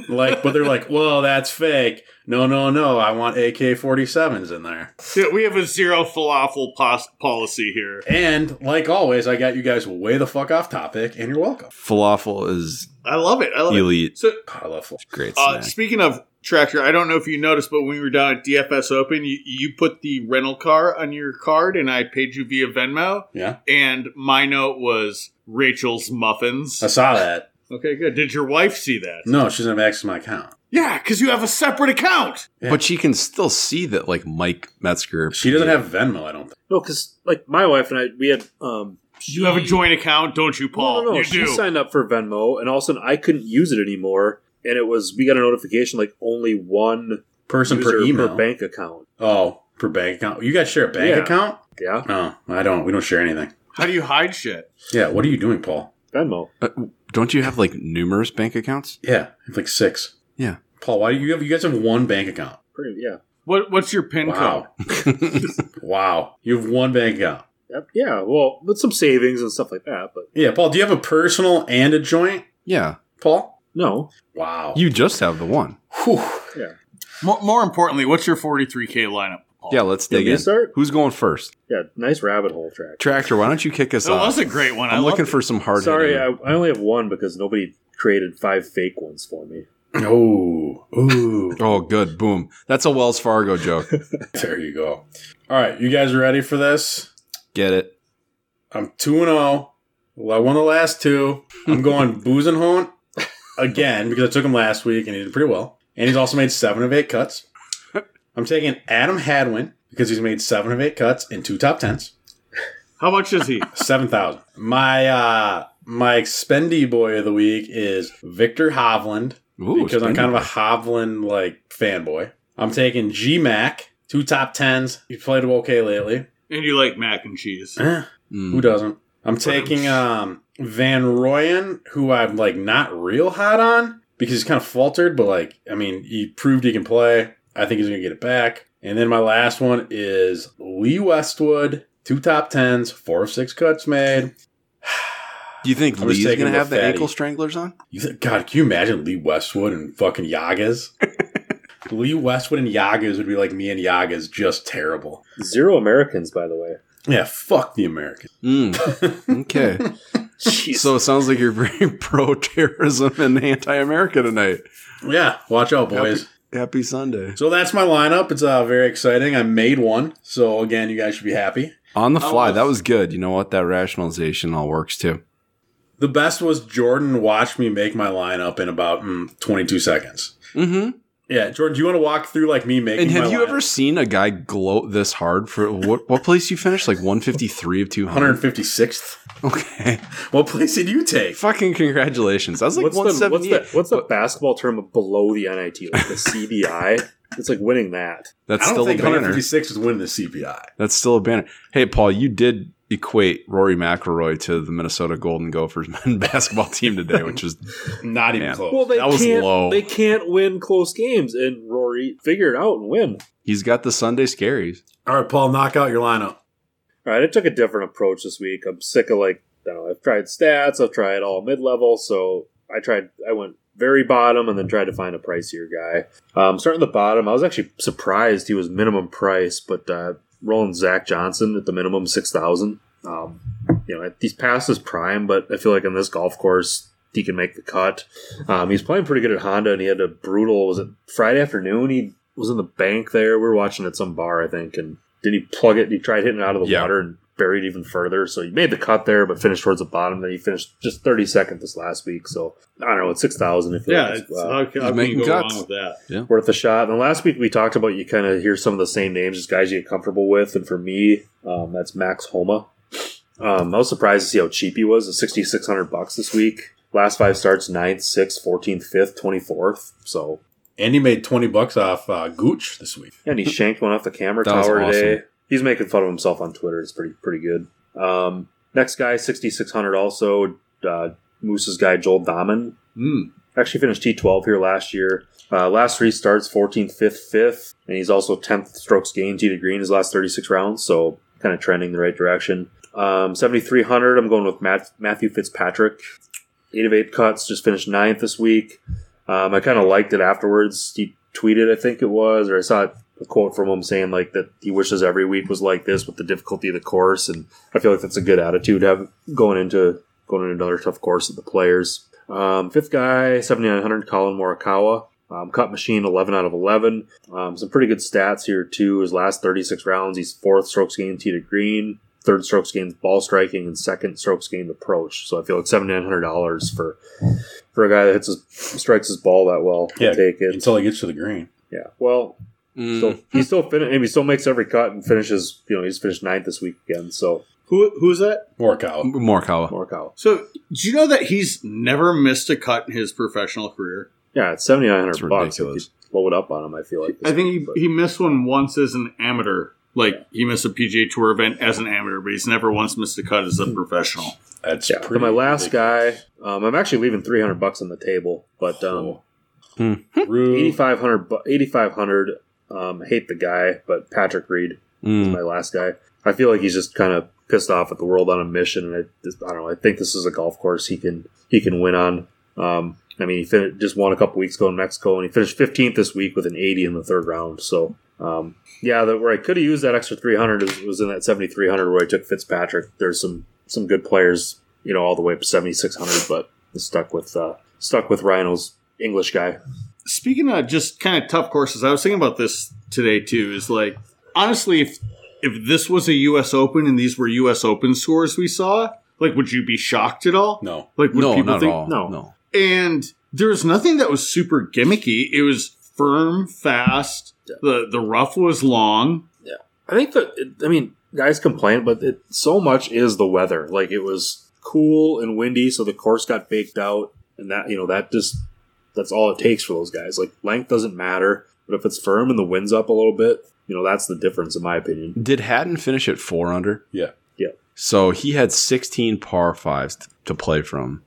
Speaker 2: like, but they're like, well, that's fake. No, no, no. I want AK 47s in there.
Speaker 3: Yeah, we have a zero falafel pos- policy here.
Speaker 2: And like always, I got you guys way the fuck off topic, and you're welcome.
Speaker 4: Falafel is
Speaker 3: I love it. I love
Speaker 4: elite.
Speaker 3: it. So,
Speaker 2: God, I love falafel.
Speaker 4: Great
Speaker 3: uh,
Speaker 4: snack.
Speaker 3: speaking of tractor, I don't know if you noticed, but when we were down at DFS Open, you, you put the rental car on your card, and I paid you via Venmo.
Speaker 2: Yeah,
Speaker 3: And my note was Rachel's muffins.
Speaker 2: I saw that.
Speaker 3: Okay, good. Did your wife see that?
Speaker 2: No, she doesn't have access to my account.
Speaker 3: Yeah, because you have a separate account.
Speaker 4: But she can still see that like Mike Metzger.
Speaker 2: She doesn't have Venmo. I don't think.
Speaker 5: No, because like my wife and I, we had um.
Speaker 3: You have a joint account, don't you,
Speaker 5: no,
Speaker 3: Paul?
Speaker 5: no, no.
Speaker 3: You
Speaker 5: she
Speaker 3: do.
Speaker 5: signed up for Venmo, and all of a sudden I couldn't use it anymore. And it was we got a notification like only one
Speaker 2: Person
Speaker 5: user
Speaker 2: per email.
Speaker 5: bank account.
Speaker 2: Oh, per bank account. You guys share a bank
Speaker 5: Yeah.
Speaker 2: account?
Speaker 5: Yeah,
Speaker 2: No, I don't. We don't share anything.
Speaker 3: How do you hide shit?
Speaker 2: Yeah. What are you doing, Paul?
Speaker 5: Venmo.
Speaker 4: Uh, don't you have like numerous bank accounts?
Speaker 2: Yeah, I have like six.
Speaker 4: Yeah.
Speaker 2: Paul, why do you have? You guys have one bank account.
Speaker 5: Pretty, yeah,
Speaker 3: What What's your pin code?
Speaker 2: Wow. wow. You have one bank account.
Speaker 5: Yep, yeah. Well, with some savings and stuff like that, but
Speaker 2: Yeah, Paul. Do you have a personal and a joint,
Speaker 4: yeah,
Speaker 2: Paul?
Speaker 5: no,
Speaker 2: Wow.
Speaker 4: you just have the one.
Speaker 2: Whew.
Speaker 3: More, more importantly, what's your 43k lineup? Paul?
Speaker 4: Yeah, let's
Speaker 5: Yeah,
Speaker 4: dig
Speaker 5: me
Speaker 4: in.
Speaker 5: start?
Speaker 4: Who's going first?
Speaker 5: yeah. Nice rabbit hole track.
Speaker 4: Tractor, why don't you kick us
Speaker 3: that
Speaker 4: off?
Speaker 3: was a great one.
Speaker 4: I'm
Speaker 3: I
Speaker 4: looking
Speaker 3: loved it.
Speaker 4: for some hard.
Speaker 5: Sorry, I, I only have one because nobody created five fake ones for me.
Speaker 2: Oh. Ooh.
Speaker 4: Oh, good. Boom. That's a Wells Fargo joke.
Speaker 2: There you go. All right, you guys ready for this?
Speaker 4: Get it?
Speaker 2: I'm 2 and 0. Well, I won the last two. I'm going Boozenhorn again because I took him last week and he did pretty well. And he's also made seven of eight cuts. I'm taking Adam Hadwin because he's made seven of eight cuts and two top tens.
Speaker 3: How much is he?
Speaker 2: Seven thousand. My uh my expendy boy of the week is Victor Hovland
Speaker 4: Ooh,
Speaker 2: because I'm kind of a
Speaker 4: spendable.
Speaker 2: Hovland like fanboy. I'm taking G Mac, two top tens. He's played okay lately.
Speaker 3: and you like mac and cheese?
Speaker 2: Eh,
Speaker 4: Mm.
Speaker 2: Who doesn't? I'm taking um, Van Royen, who I'm like not real hot on because he's kind of faltered, but like I mean, he proved he can play. I think he's gonna get it back. And then my last one is Lee Westwood, two top tens, four of six cuts made.
Speaker 4: Do you think
Speaker 2: I was
Speaker 4: Lee's
Speaker 2: taking
Speaker 4: gonna
Speaker 2: the
Speaker 4: have the
Speaker 2: fatty.
Speaker 4: ankle stranglers on?
Speaker 2: You think, God, can you imagine Lee Westwood and fucking Yagas? Lee Westwood and Yagas would be like me and Yagas, just terrible.
Speaker 5: Zero Americans, by the way.
Speaker 2: Yeah, fuck the Americans.
Speaker 4: Mm. Okay.
Speaker 5: Jeez.
Speaker 4: So it sounds like you're very pro terrorism and anti America tonight.
Speaker 2: Yeah, watch out,
Speaker 4: Happy-
Speaker 2: boys.
Speaker 4: Happy Sunday.
Speaker 2: So that's my lineup. It's uh, very exciting. I made one. So again, you guys should be happy.
Speaker 4: On the fly,
Speaker 3: was-
Speaker 4: that was good. You know what? That rationalization all works too.
Speaker 2: The best was Jordan watched me make my lineup in about mm, 22 seconds.
Speaker 4: Mm-hmm.
Speaker 2: Yeah, Jordan, do you want to walk through like me making?
Speaker 4: And have
Speaker 2: my
Speaker 4: you
Speaker 2: lineup?
Speaker 4: ever seen a guy gloat this hard for what? What place you finished? Like one fifty three of two hundred.
Speaker 2: 156th?
Speaker 4: Okay.
Speaker 2: What place did you take?
Speaker 4: Fucking congratulations. I was like
Speaker 5: what's,
Speaker 4: one
Speaker 5: the, what's,
Speaker 4: seventy
Speaker 5: the,
Speaker 4: eight.
Speaker 5: what's the basketball term below the NIT? Like the CBI? It's like winning that.
Speaker 4: That's
Speaker 2: I don't
Speaker 4: still a
Speaker 2: think
Speaker 4: banner.
Speaker 2: 156 is winning the CPI.
Speaker 4: That's still a banner. Hey, Paul, you did equate Rory McIlroy to the Minnesota Golden Gophers men basketball team today, which is
Speaker 2: Not even
Speaker 4: Man.
Speaker 2: close.
Speaker 5: Well, they
Speaker 4: That was
Speaker 5: can't.
Speaker 4: low.
Speaker 5: They can't win close games, and Rory figure it out and win.
Speaker 4: he's got the Sunday scaries.
Speaker 2: All right, Paul, knock out your lineup.
Speaker 5: All right, I took a different approach this week. I'm sick of like, I don't know, I've tried stats, I've tried all mid level, so I tried, I went very bottom and then tried to find a pricier guy. Um, starting at the bottom, I was actually surprised he was minimum price, but uh, rolling Zach Johnson at the minimum six thousand. Um, you know, he's past his prime, but I feel like in this golf course. He can make the cut. Um, he's playing pretty good at Honda, and he had a brutal. Was it Friday afternoon? He was in the bank there. We were watching at some bar, I think, and did he plug it? He tried hitting it out of the
Speaker 4: Yeah.
Speaker 5: water and buried even further. So he made the cut there, but finished towards the bottom. Then he finished just thirty second this last week. So I don't know, it's six thousand. If
Speaker 3: Yeah,
Speaker 5: like
Speaker 3: it's,
Speaker 5: it's, uh,
Speaker 3: how, how can
Speaker 4: making
Speaker 3: you go
Speaker 4: cuts.
Speaker 3: wrong with that?
Speaker 5: worth a shot. And last week we talked about you kind of hear some of the same names, just guys you get comfortable with. And for me, um, that's Max Homa. Um, I was surprised to see how cheap he was at 6600 bucks this week. Last five starts, 9th, 6th, 14th, 5th, 24th. So
Speaker 2: Andy made 20 bucks off uh, Gooch this week.
Speaker 5: And he shanked one off the camera
Speaker 4: That was
Speaker 5: tower
Speaker 4: awesome.
Speaker 5: today. He's making fun of himself on Twitter. It's pretty pretty good. Um, next guy, sixty six hundred. Also, uh, Moose's guy Joel Dahman
Speaker 4: Hmm.
Speaker 3: Mm.
Speaker 5: actually finished T twelve here last year. Uh, last three starts, 14th, 5th, 5th, and he's also 10th strokes gained T to green his last 36 rounds, so kind of trending the right direction. Um, 7,300, I'm going with Matt, Matthew Fitzpatrick. 8 of 8 cuts, just finished ninth this week. Um, I kind of liked it afterwards. He tweeted, I think it was, or I saw a quote from him saying like that he wishes every week was like this with the difficulty of the course, and I feel like that's a good attitude to have going into going into another tough course with the players. Um, fifth guy, seventy nine hundred, Colin Morikawa. Um, cut machine, 11 out of 11. Um, some pretty good stats here, too. His last 36 rounds, he's fourth strokes gained tee to green, third strokes gained ball striking, and second strokes gained approach. So I feel like $7,900 for for a guy that hits his, strikes his ball that well. I'll
Speaker 2: Yeah,
Speaker 5: take it.
Speaker 2: Until he gets to the green.
Speaker 5: Yeah. Well, still,
Speaker 3: Mm.
Speaker 5: he still finished. He still makes every cut and finishes. You know, he's finished ninth this week again. So
Speaker 3: Who who's that?
Speaker 2: Morikawa.
Speaker 4: Morikawa.
Speaker 5: Morikawa.
Speaker 3: So, do you know that he's never missed a cut in his professional career?
Speaker 5: Yeah, it's seventy nine
Speaker 4: It's
Speaker 5: hundred bucks. If you
Speaker 4: ridiculous.
Speaker 5: blow it up on him, I feel like.
Speaker 3: I think
Speaker 5: But-
Speaker 3: he, he missed one once as an amateur. Like he missed a PGA Tour event as an amateur, but he's never once missed a cut as a professional.
Speaker 2: That's
Speaker 5: yeah.
Speaker 2: pretty
Speaker 5: For my last
Speaker 2: ridiculous.
Speaker 5: guy, um, I'm actually leaving three hundred bucks on the table, but um,
Speaker 4: Hmm.
Speaker 2: Rue.
Speaker 5: eighty five hundred. Eighty five hundred. Um, I hate the guy, but Patrick Reed is
Speaker 4: Mm.
Speaker 5: my last guy. I feel like he's just kind of pissed off at the world on a mission, and I, just, I don't know. I think this is a golf course he can he can win on. Um, I mean, he fin- just won a couple weeks ago in Mexico, and he finished 15th this week with an 80 in the third round. So, um, yeah, the, where I could have used that extra 300 is, was in that 7300 where I took Fitzpatrick. There's some some good players, you know, all the way up to 7600, but I stuck with uh, stuck with Rhino's English guy.
Speaker 3: Speaking of just kind of tough courses, I was thinking about this today too. Is like honestly, if if this was a U.S. Open and these were U.S. Open scores we saw, like, would you be shocked at all?
Speaker 2: No.
Speaker 3: Like, would
Speaker 4: No,
Speaker 3: people
Speaker 4: not
Speaker 3: think
Speaker 4: at all.
Speaker 5: no.
Speaker 4: no.
Speaker 3: and there was nothing that was super gimmicky. It was firm, fast. the The rough was long.
Speaker 5: I think that it- I mean guys complain, but it, so much is the weather. Like it was cool and windy, so the course got baked out, and that you know that just that's all it takes for those guys. Like length doesn't matter, but if it's firm and the wind's up a little bit, you know that's the difference in my opinion.
Speaker 4: Did Hatton finish at four under?
Speaker 2: Yeah.
Speaker 5: Yeah.
Speaker 4: So he had 16 par fives t- to play from,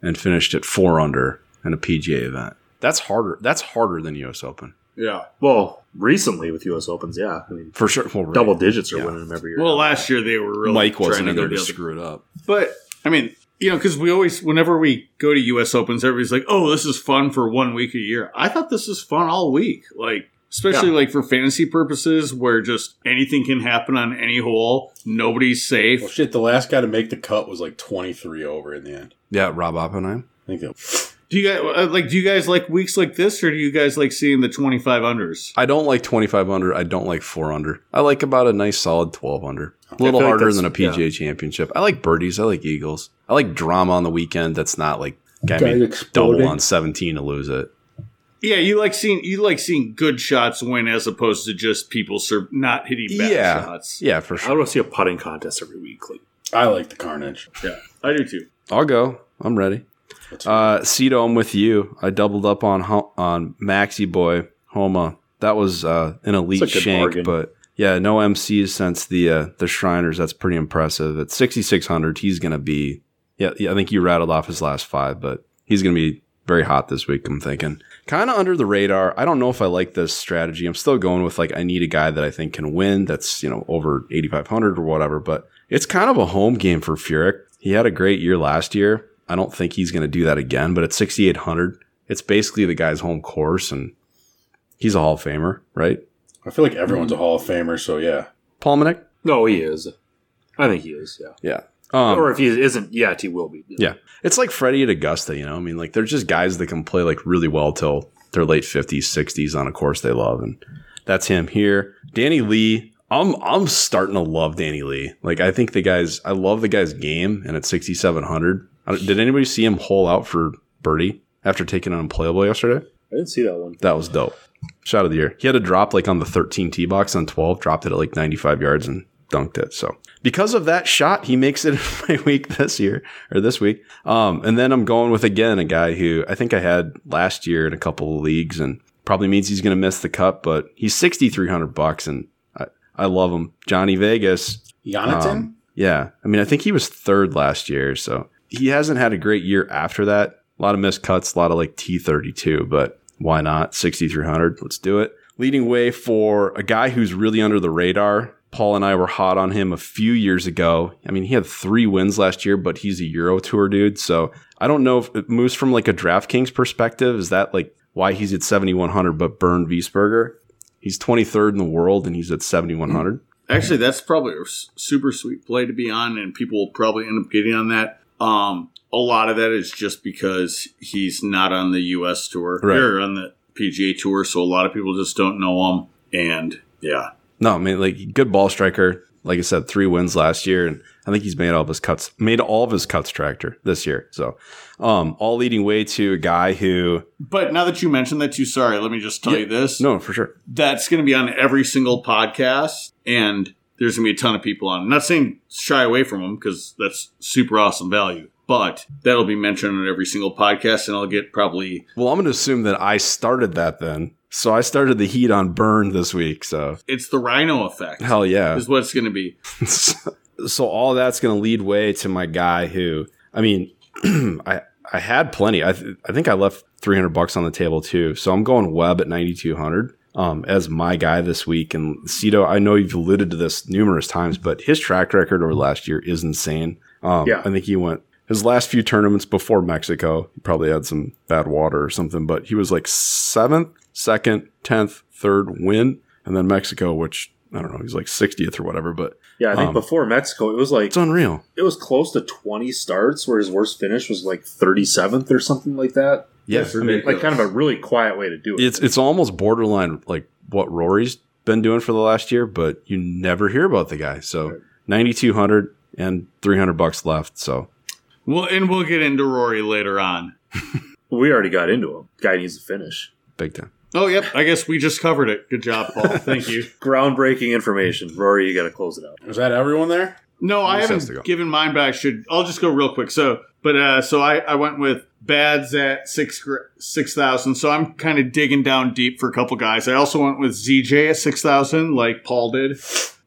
Speaker 4: and finished at four under in a PGA event. That's harder. That's harder than U.S. Open
Speaker 3: Yeah.
Speaker 5: Well, recently with U.S. Opens, yeah, I mean
Speaker 4: for sure. Well, right.
Speaker 5: double digits are
Speaker 4: Yeah.
Speaker 5: winning them every year.
Speaker 3: Well, last year they were really
Speaker 4: Mike
Speaker 3: trying
Speaker 4: wasn't
Speaker 3: to
Speaker 4: in
Speaker 3: go
Speaker 4: there to
Speaker 3: the other-
Speaker 4: screw it up.
Speaker 3: But I mean, you know, because we always, whenever we go to U.S. Opens, everybody's like, "Oh, this is fun for one week a year." I thought this was fun all week, like especially like for fantasy purposes, where just anything can happen on any hole. Nobody's safe.
Speaker 2: Well, shit, the last guy to make the cut was like 23 over in the end.
Speaker 4: Yeah, Rob Oppenheim.
Speaker 2: I think that
Speaker 3: Do you guys uh, like? Do you guys like weeks like this, or do you guys like seeing the twenty five unders?
Speaker 4: I don't like 25 under. I don't like four under. I like about a nice solid 12 under. A
Speaker 5: I
Speaker 4: little
Speaker 5: feel like
Speaker 4: harder
Speaker 5: that's-
Speaker 4: than a PGA championship. I like birdies. I like eagles. I like drama on the weekend. That's not like got
Speaker 2: Guy
Speaker 4: me double
Speaker 2: exploding.
Speaker 4: on 17 to lose it.
Speaker 3: Yeah, you like seeing you like seeing good shots win as opposed to just people serve, not hitting bad
Speaker 4: Yeah.
Speaker 3: shots.
Speaker 4: Yeah, for
Speaker 5: I
Speaker 4: sure.
Speaker 5: don't want to see a putting contest every week. Like
Speaker 2: I like the carnage.
Speaker 3: I do too.
Speaker 4: I'll go. I'm ready. Uh, Cito, I'm with you. I doubled up on Ho- on Maxi Boy Homa. That was uh, an elite
Speaker 5: That's a good
Speaker 4: shank,
Speaker 5: bargain.
Speaker 4: but yeah, no MCs since the uh, the Shriners. That's pretty impressive. At 6600, he's gonna be. Yeah, yeah, I think you rattled off his last five, but he's gonna be very hot this week. I'm thinking kind of under the radar. I don't know if I like this strategy. I'm still going with like I need a guy that I think can win. That's you know over 8500 or whatever. But it's kind of a home game for Furyk. He had a great year last year. I don't think he's going to do that again. But at 6800, it's basically the guy's home course, and he's a Hall of Famer, right?
Speaker 2: I feel like everyone's a
Speaker 3: Hmm.
Speaker 2: Hall of Famer, so yeah.
Speaker 4: Palmanek.
Speaker 5: no, he is. I think he is. Yeah,
Speaker 4: Yeah. Um,
Speaker 5: or if he isn't yet, he will be.
Speaker 4: Yeah. It's like Freddie at Augusta, you know? I mean, like, they're just guys that can play, like, really well till their late 50s, 60s on a course they love. And that's him here. Danny Lee. I'm I'm starting to love Danny Lee. Like I think the guys I love the guy's game and at 6700. I don't- Did anybody see him hole out for birdie after taking an unplayable yesterday?
Speaker 5: I didn't see that one.
Speaker 4: That was dope. Shot of the year. He had a drop like on the 13 tee box on 12, dropped it at like 95 yards and dunked it. So because of that shot, he makes it in my week this year or this week. Um, and then I'm going with again a guy who I think I had last year in a couple of leagues and Probably means he's going to miss the cut, but he's 6,300 bucks and I, I love him. Johnny Vegas,
Speaker 2: Jonathan?
Speaker 4: Um, yeah. I mean, I think he was third last year, so he hasn't had a great year after that. A lot of missed cuts, a lot of like T32, but why not? 6,300. Let's do it. Leading way for a guy who's really under the radar. Paul and I were hot on him a few years ago. I mean, he had three wins last year, but he's a Euro Tour dude. So I don't know if it moves from like a DraftKings perspective. Is that like why he's at 7,100 but burned Wiesberger? He's 23rd in the world and he's at 7,100.
Speaker 3: Actually, that's probably a s- super sweet play to be on, and people will probably end up getting on that. Um, a lot of that is just because he's not on the U.S. tour
Speaker 4: Right.
Speaker 3: or on the PGA tour, so a lot of people just don't know him. And yeah,
Speaker 4: No, I mean like good ball striker. Like I said, three wins last year, and I think he's made all of his cuts, made all of his cuts tractor this year. So, um, all leading way to a guy who,
Speaker 3: but now that you mentioned that, too, sorry. Let me just tell
Speaker 4: Yeah.
Speaker 3: you this:
Speaker 4: no, for sure,
Speaker 3: that's going to be on every single podcast, and there's going to be a ton of people on. I'm not saying shy away from them because that's super awesome value, but that'll be mentioned on every single podcast, and I'll get probably
Speaker 4: Well, I'm going to assume that I started that then. So I started the heat on burn this week. So
Speaker 3: it's the Rhino effect.
Speaker 4: hell yeah.
Speaker 3: is what it's going to be.
Speaker 4: so all that's going to lead way to my guy who, I mean, I I had plenty. I th- I think I left 300 bucks on the table too. So I'm going Webb at 9200 um, as my guy this week. And Cito, I know you've alluded to this numerous times, but his track record over last year is insane. Um,
Speaker 5: Yeah.
Speaker 4: I think he went his last few tournaments before Mexico. He probably had some bad water or something, but he was like seventh, second, tenth, third win, and then Mexico, which I don't know, he's like 60th or whatever. But
Speaker 5: Yeah, I think
Speaker 4: Um,
Speaker 5: before Mexico, it was like
Speaker 4: it's unreal.
Speaker 5: it was close to 20 starts where his worst finish was like 37th or something like that.
Speaker 4: Yeah,
Speaker 2: Yes,
Speaker 4: I mean,
Speaker 5: Like kind of a really quiet way to do it.
Speaker 4: it's it's almost borderline like what Rory's been doing for the last year, but you never hear about the guy. So ninety two hundred and three hundred bucks left. So
Speaker 3: Well, and we'll get into Rory later on.
Speaker 5: we already got into him. Guy needs to finish.
Speaker 4: big time.
Speaker 3: Oh, yep. I guess we just covered it. Good job, Paul. Thank you.
Speaker 5: Groundbreaking information. Rory, you got to close it out.
Speaker 2: Is that everyone there?
Speaker 3: No, I
Speaker 4: Who says to go?
Speaker 3: haven't given mine, but I should. I'll just go real quick. So, but uh, so I, I went with Bads at six gr- six thousand. So I'm kind of digging down deep for a couple guys. I also went with ZJ at six thousand, like Paul did.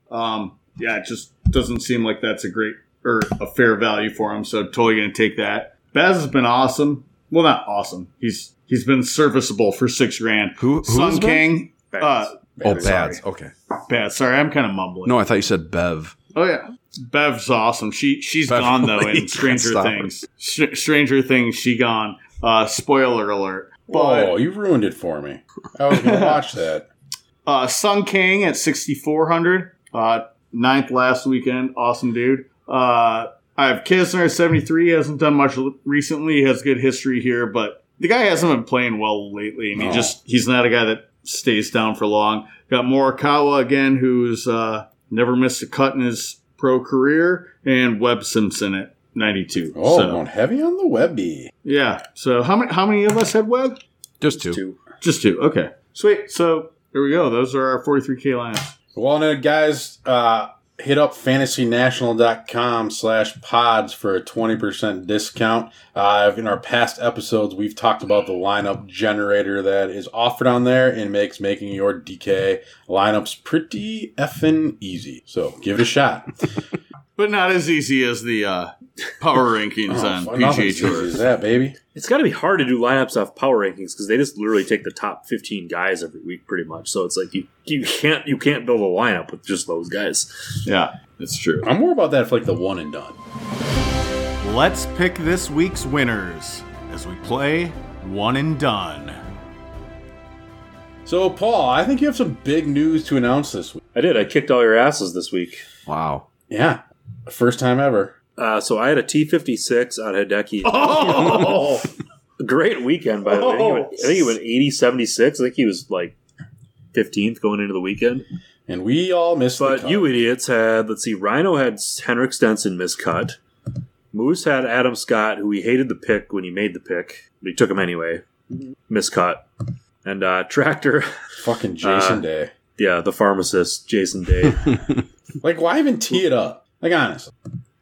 Speaker 3: Um, yeah, it just doesn't seem like that's a great or a fair value for him. So totally going to take that. Baz has been awesome. Well, not awesome. He's he's been serviceable for six grand.
Speaker 4: Who who's been?
Speaker 3: Sun King.
Speaker 5: Bads.
Speaker 3: Uh,
Speaker 4: Oh,
Speaker 5: Sorry.
Speaker 4: Bads. Okay.
Speaker 3: Baz. Sorry, I'm kind of mumbling.
Speaker 4: No, I thought you said Bev.
Speaker 3: Oh yeah, Bev's awesome. She she's
Speaker 4: Bev-
Speaker 3: gone though
Speaker 4: You
Speaker 3: in
Speaker 4: can't
Speaker 3: Stranger
Speaker 4: stop her.
Speaker 3: Things. Str- Stranger Things, she gone. Uh, spoiler alert.
Speaker 2: Whoa,
Speaker 4: Oh,
Speaker 3: But
Speaker 2: Oh, you ruined it for me. I was going to watch that.
Speaker 3: uh, Sun Kang at sixty four hundred, uh, ninth last weekend. Awesome dude. Uh, I have Kisner at seventy three. Hasn't done much l- recently. He Has good history here, but the guy hasn't been playing well lately, and he
Speaker 2: No.
Speaker 3: just he's not a guy that stays down for long. Got Morikawa again, who's uh, never missed a cut in his pro career, and Webb Simpson at 92.
Speaker 2: Oh, going
Speaker 3: so,
Speaker 2: heavy on the webby.
Speaker 3: yeah. So how many how many of us had Webb?
Speaker 4: Just two.
Speaker 3: Just two. Okay, sweet. So there we go. Those are our 43k lines.
Speaker 2: Well, now, guys, uh, hit up fantasynational.com slash pods for a 20% discount. Uh, in our past episodes, we've talked about the lineup generator that is offered on there and makes making your DK lineups pretty effing easy. So give it a shot.
Speaker 3: But not as easy as the uh, power rankings on
Speaker 2: Oh, nothing's
Speaker 3: PGA
Speaker 2: easy
Speaker 3: Tour.
Speaker 2: as that, baby.
Speaker 5: It's got to be hard to do lineups off power rankings because they just literally take the top 15 guys every week, pretty much. So it's like you you can't you can't build a lineup with just those guys.
Speaker 3: Yeah, it's true.
Speaker 2: I'm more about that for like the one and done.
Speaker 1: Let's pick this week's winners as we play One and Done.
Speaker 2: So, Paul, I think you have some big news to announce this week.
Speaker 5: I did. I kicked all your asses this week.
Speaker 4: Wow.
Speaker 2: Yeah. First time ever.
Speaker 5: Uh, so I had a T56 on Hideki.
Speaker 3: Oh!
Speaker 2: Oh.
Speaker 5: Great weekend, by the way. I think he went, I think he went 80 76. I think he was like 15th going into the weekend.
Speaker 2: And we all missed the
Speaker 5: But
Speaker 2: cut.
Speaker 5: you idiots had, let's see, Rhino had Henrik Stenson miscut. Moose had Adam Scott, who he hated the pick when he made the pick, but he took him anyway.
Speaker 2: Mm-hmm.
Speaker 5: Miscut. And uh, Tractor,
Speaker 2: Fucking Jason
Speaker 5: Uh,
Speaker 2: Day.
Speaker 5: yeah, the pharmacist, Jason Day.
Speaker 2: Like, why even tee it up? Like, honestly,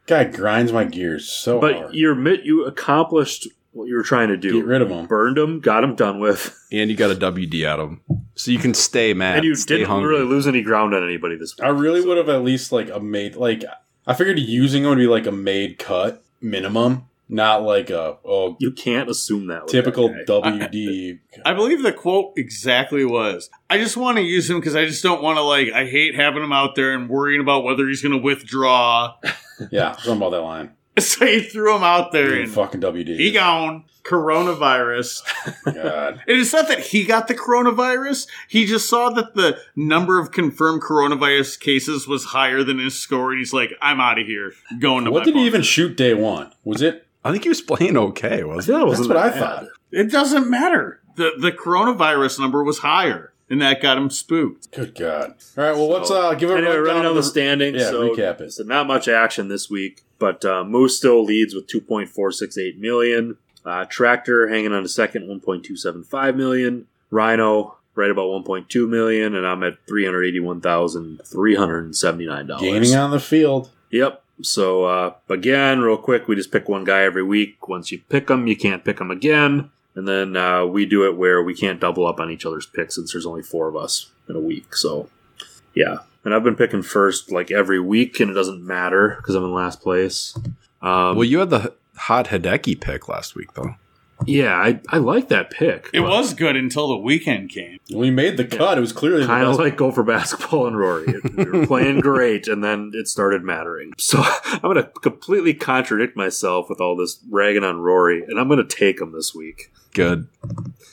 Speaker 2: guy grinds my gears so
Speaker 5: but
Speaker 2: hard.
Speaker 5: your mid, you accomplished what you were trying to do.
Speaker 2: Get rid of them.
Speaker 5: Burned them, got them done with,
Speaker 4: And you got a WD out of them. So you can stay mad.
Speaker 5: and you
Speaker 4: stay
Speaker 5: didn't
Speaker 4: hungry.
Speaker 5: really lose any ground on anybody this week.
Speaker 2: I really would have at least like a made like I figured using them would be like a made cut minimum, not like a oh
Speaker 5: You can't assume that. with
Speaker 2: typical
Speaker 5: that guy.
Speaker 2: WD.
Speaker 3: I believe the quote exactly was, I just want to use him because I just don't want to, like, I hate having him out there and worrying about whether he's going to withdraw.
Speaker 2: yeah, something about that line.
Speaker 3: So you threw him out there
Speaker 2: Dude,
Speaker 3: and
Speaker 2: fucking WD.
Speaker 3: he gone. Coronavirus.
Speaker 2: God.
Speaker 3: And it's not that he got the coronavirus. He just saw that the number of confirmed coronavirus cases was higher than his score, and he's like, "I'm out of here, going to."
Speaker 2: what
Speaker 3: my
Speaker 2: did he
Speaker 3: bunk."
Speaker 2: even shoot day one? Was it?
Speaker 4: I think he was playing okay,
Speaker 5: I
Speaker 4: wasn't
Speaker 5: feel that
Speaker 2: That's
Speaker 5: wasn't
Speaker 2: what I
Speaker 5: that
Speaker 2: thought.
Speaker 3: It doesn't matter. the The coronavirus number was higher, and that got him spooked.
Speaker 2: Good God. All right. Well, let's uh, give a
Speaker 5: anyway,
Speaker 2: rundown
Speaker 5: running
Speaker 2: of
Speaker 5: down the standings.
Speaker 2: Yeah,
Speaker 5: so,
Speaker 2: recap it.
Speaker 5: So not much action this week, but uh, Moose still leads with 2.468 million. Uh, Tractor hanging on to second, 1.275 million. Rhino right about 1.2 million, and I'm at 381,379 dollars.
Speaker 2: Gaining on the field.
Speaker 5: Yep. So uh, again, real quick, we just pick one guy every week. Once you pick them, you can't pick them again. And then uh, we do it where we can't double up on each other's picks since there's only four of us in a week. So yeah. And I've been picking first like every week, and it doesn't matter because I'm in last place. Um,
Speaker 4: he? Well, you had the hot Hideki pick last week, though.
Speaker 5: yeah, I, I like that pick.
Speaker 3: It was good until the weekend came.
Speaker 2: We made the cut. It was clearly the
Speaker 5: kind of
Speaker 2: best.
Speaker 5: like go for basketball and Rory. We were playing great, and then it started mattering. So I'm going to completely contradict myself with all this ragging on Rory, and I'm going to take him this week.
Speaker 4: Good.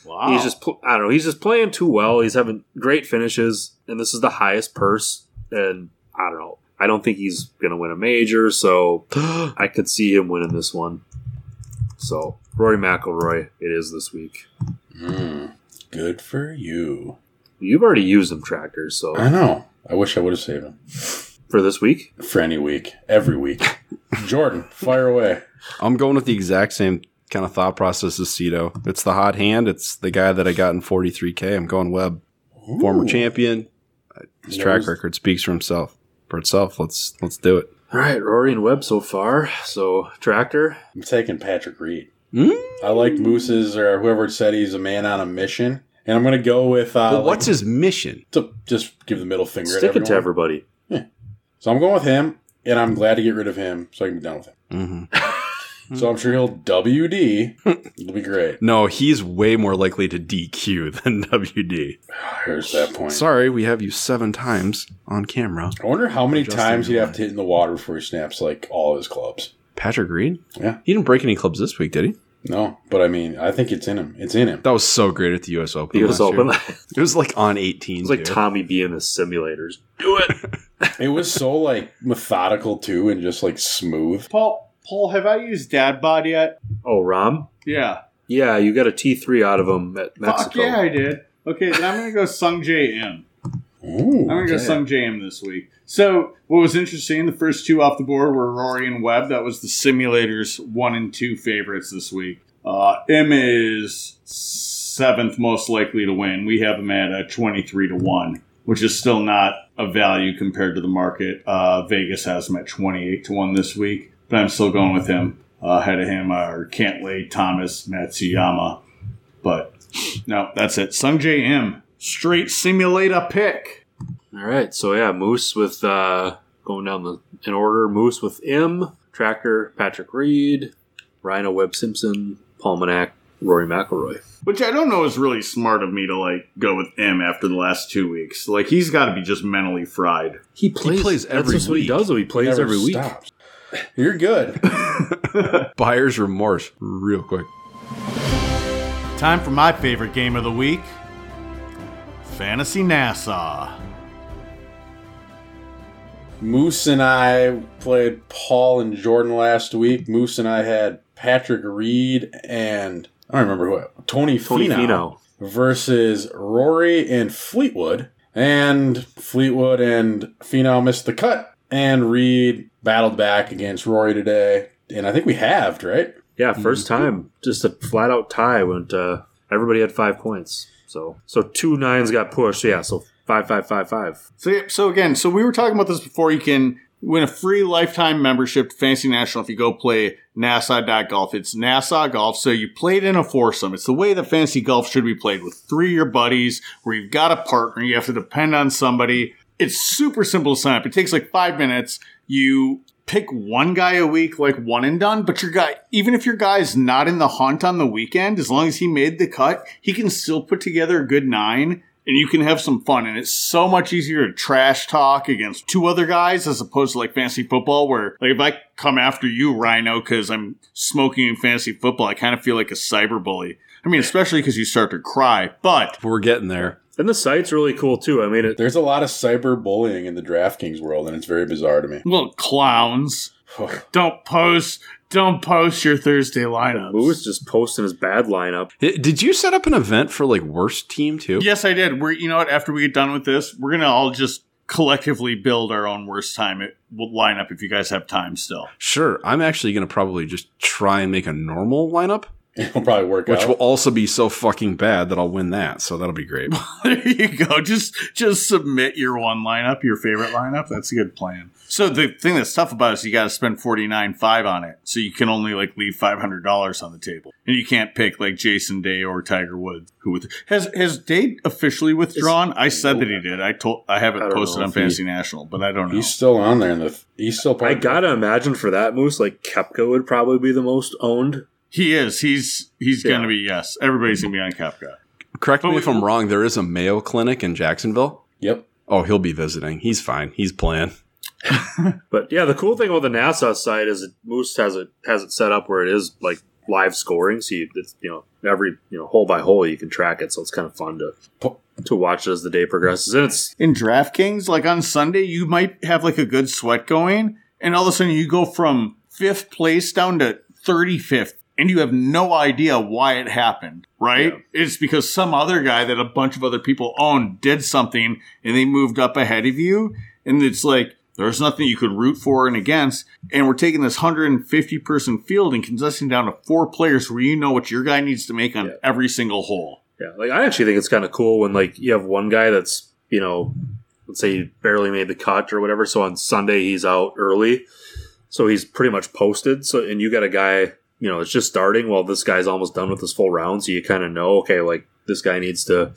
Speaker 3: Wow,
Speaker 5: He's just, pl- I don't know, he's just playing too well. He's having great finishes, and this is the highest purse. And I don't know. I don't think he's going to win a major, so I could see him winning this one. So Rory McIlroy, it is this week.
Speaker 2: Mm, good for you.
Speaker 5: You've already used him tractors, so
Speaker 2: I know. I wish I would have saved him
Speaker 5: for this week,
Speaker 2: for any week, every week. Jordan, fire away.
Speaker 4: I'm going with the exact same kind of thought process as Cito. It's the hot hand. It's the guy that I got in 43K. I'm going Webb, former
Speaker 2: Ooh.
Speaker 4: champion. His
Speaker 2: Knows-
Speaker 4: track record speaks for himself. For itself, let's let's do it.
Speaker 5: All right, Rory and Webb so far. So Tractor,
Speaker 2: I'm taking Patrick Reed.
Speaker 4: Mm.
Speaker 2: I like Moose's or whoever said he's a man on a mission. And I'm going to go with. Uh,
Speaker 4: But what's his mission?
Speaker 2: like, to just give the middle finger at
Speaker 5: stick it to
Speaker 2: everyone.
Speaker 5: everybody.
Speaker 2: So I'm going with him, and I'm glad to get rid of him so I can be done with him.
Speaker 4: hmm
Speaker 2: So I'm sure he'll WD. It'll be great.
Speaker 4: No, he's way more likely to DQ than WD.
Speaker 2: Here's that point.
Speaker 4: Sorry, we have you seven times on camera.
Speaker 2: I wonder how many
Speaker 4: Adjusting
Speaker 2: times he'd
Speaker 4: your
Speaker 2: have to hit in the water before he snaps like all of his clubs.
Speaker 4: Patrick Reed?
Speaker 2: Yeah.
Speaker 4: He didn't break any clubs this week, did he?
Speaker 2: No, but I mean, I think it's in him. It's in him.
Speaker 4: That was so great at the US Open.
Speaker 5: The US
Speaker 4: last year.
Speaker 5: Open, it's
Speaker 4: It was like on 18.
Speaker 5: like
Speaker 4: too.
Speaker 5: Tommy B in his simulators.
Speaker 2: It was so like methodical too, and just like smooth.
Speaker 3: Paul. Paul, have I used Dad Bod yet?
Speaker 5: Oh, Rom,
Speaker 3: Yeah,
Speaker 5: yeah, you got a T three out of him at
Speaker 3: fuck
Speaker 5: Mexico.
Speaker 3: yeah, I did. Okay, then I'm gonna go Sung J M.
Speaker 2: Ooh,
Speaker 3: I'm gonna go
Speaker 2: okay.
Speaker 3: Sung Jam this week. So what was interesting, the first two off the board were Rory and Webb. That was the simulators one and two favorites this week. Uh, M is seventh most likely to win. We have him at a 23 to one, which is still not a value compared to the market. Uh, Vegas has him at 28 to one this week, but I'm still going with him. Uh, ahead of him are Cantley, Thomas, Matsuyama. But no, that's it. Sung J M. Straight simulator pick.
Speaker 5: All right, so yeah, Moose with uh, going down the in order. Moose with M, Tractor, Patrick Reed, Rhino, Webb Simpson, Paul Manac, Rory McIlroy.
Speaker 3: Which I don't know is really smart of me to like go with M after the last two weeks. Like he's got to be just mentally fried.
Speaker 5: He plays,
Speaker 4: plays every
Speaker 5: that's just what he
Speaker 4: week.
Speaker 5: does. Though. He plays
Speaker 2: Never
Speaker 5: every week.
Speaker 2: stops. You're good.
Speaker 4: buyer's remorse real quick.
Speaker 1: Time for my favorite game of the week Fantasy Nassau.
Speaker 2: Moose and I played Paul and Jordan last week. Moose and I had Patrick Reed and I don't remember who Tony,
Speaker 5: Tony
Speaker 2: Finau
Speaker 5: Finau.
Speaker 2: versus Rory and Fleetwood. And Fleetwood and Finau missed the cut, and Reed battled back against Rory today. And I think we halved, right?
Speaker 5: Yeah, 1st time, just a flat out tie. Went uh, everybody had five points, so so two nines got pushed. Yeah, so five, five, five, five.
Speaker 3: So yeah, so again, so we were talking about this before. You can Win a free lifetime membership to Fantasy National if you go play NASA.golf. It's NASA golf, so you play it in a foursome. It's the way that fantasy golf should be played with three of your buddies, where you've got a partner, you have to depend on somebody. It's super simple to sign up. It takes like five minutes. You pick one guy a week, like one and done, but your guy, even if your guy's not in the hunt on the weekend, as long as he made the cut, he can still put together a good nine and you can have some fun. And it's so much easier to trash talk against two other guys as opposed to like fantasy football, where like if I come after you, Rhino, because I'm smoking in fantasy football, I kind of feel like a cyberbully. I mean, especially because you start to cry. But
Speaker 4: We're getting there.
Speaker 5: And the site's really cool too. I mean, it,
Speaker 2: There's a lot of cyber bullying in the DraftKings world, and it's very bizarre to me.
Speaker 3: little clowns, don't post, don't post your Thursday lineups.
Speaker 5: Lou's just posting his bad lineup.
Speaker 4: I- Did you set up an event for like worst team too?
Speaker 3: Yes, I did. We're you know what? After we get done with this, we're gonna all just collectively build our own worst time it will line up if you guys have time still.
Speaker 4: Sure. I'm actually going to probably just try and make a normal lineup,
Speaker 2: It'll probably work
Speaker 4: which
Speaker 2: out.
Speaker 4: will also be so fucking bad that I'll win that. So that'll be great.
Speaker 3: there you go. Just just submit your one lineup, your favorite lineup. That's a good plan. So the thing that's tough about it is you got to spend forty nine five on it, so you can only like leave five hundred dollars on the table, and you can't pick like Jason Day or Tiger Woods. Who with, has has Day officially withdrawn? I said that he did. I told I haven't
Speaker 5: I don't
Speaker 3: posted
Speaker 5: know
Speaker 3: on
Speaker 5: if he-
Speaker 3: Fantasy National, but I don't know.
Speaker 2: he's still on there, and the he's still.
Speaker 5: I
Speaker 2: Probably,
Speaker 5: gotta imagine for that moose, like Kepka would probably be the most owned.
Speaker 3: He is. He's he's
Speaker 5: Yeah.
Speaker 3: gonna be yes. Everybody's gonna be on Kepka.
Speaker 4: Correct
Speaker 3: But
Speaker 4: me
Speaker 3: we-
Speaker 4: if I'm wrong. There is a Mayo Clinic in Jacksonville.
Speaker 2: Yep.
Speaker 4: Oh, he'll be visiting. He's fine. He's playing.
Speaker 5: But yeah, the cool thing about the NASA site is it, Moose has it has it set up where it is like live scoring, so you it's, you know every you know hole by hole you can track it, so it's kind of fun to
Speaker 2: Po-
Speaker 5: to watch as the day progresses. And it's
Speaker 3: In DraftKings, like on Sunday, you might have like a good sweat going, and all of a sudden you go from fifth place down to thirty fifth, and you have no idea why it happened. Right? It's because some other guy that a bunch of other people owned did something, and they moved up ahead of you, and it's like. There's nothing you could root for and against. And we're taking this 150 person field and condensing down to four players where you know what your guy needs to make on
Speaker 5: Yeah.
Speaker 3: every single hole.
Speaker 5: Yeah, like I actually think it's kind of cool when like you have one guy that's you know, let's say he barely made the cut or whatever. So on Sunday he's out early, so he's pretty much posted. So and you got a guy you know it's just starting. Well, this guy's almost done with his full round, so you kind of know okay, like this guy needs to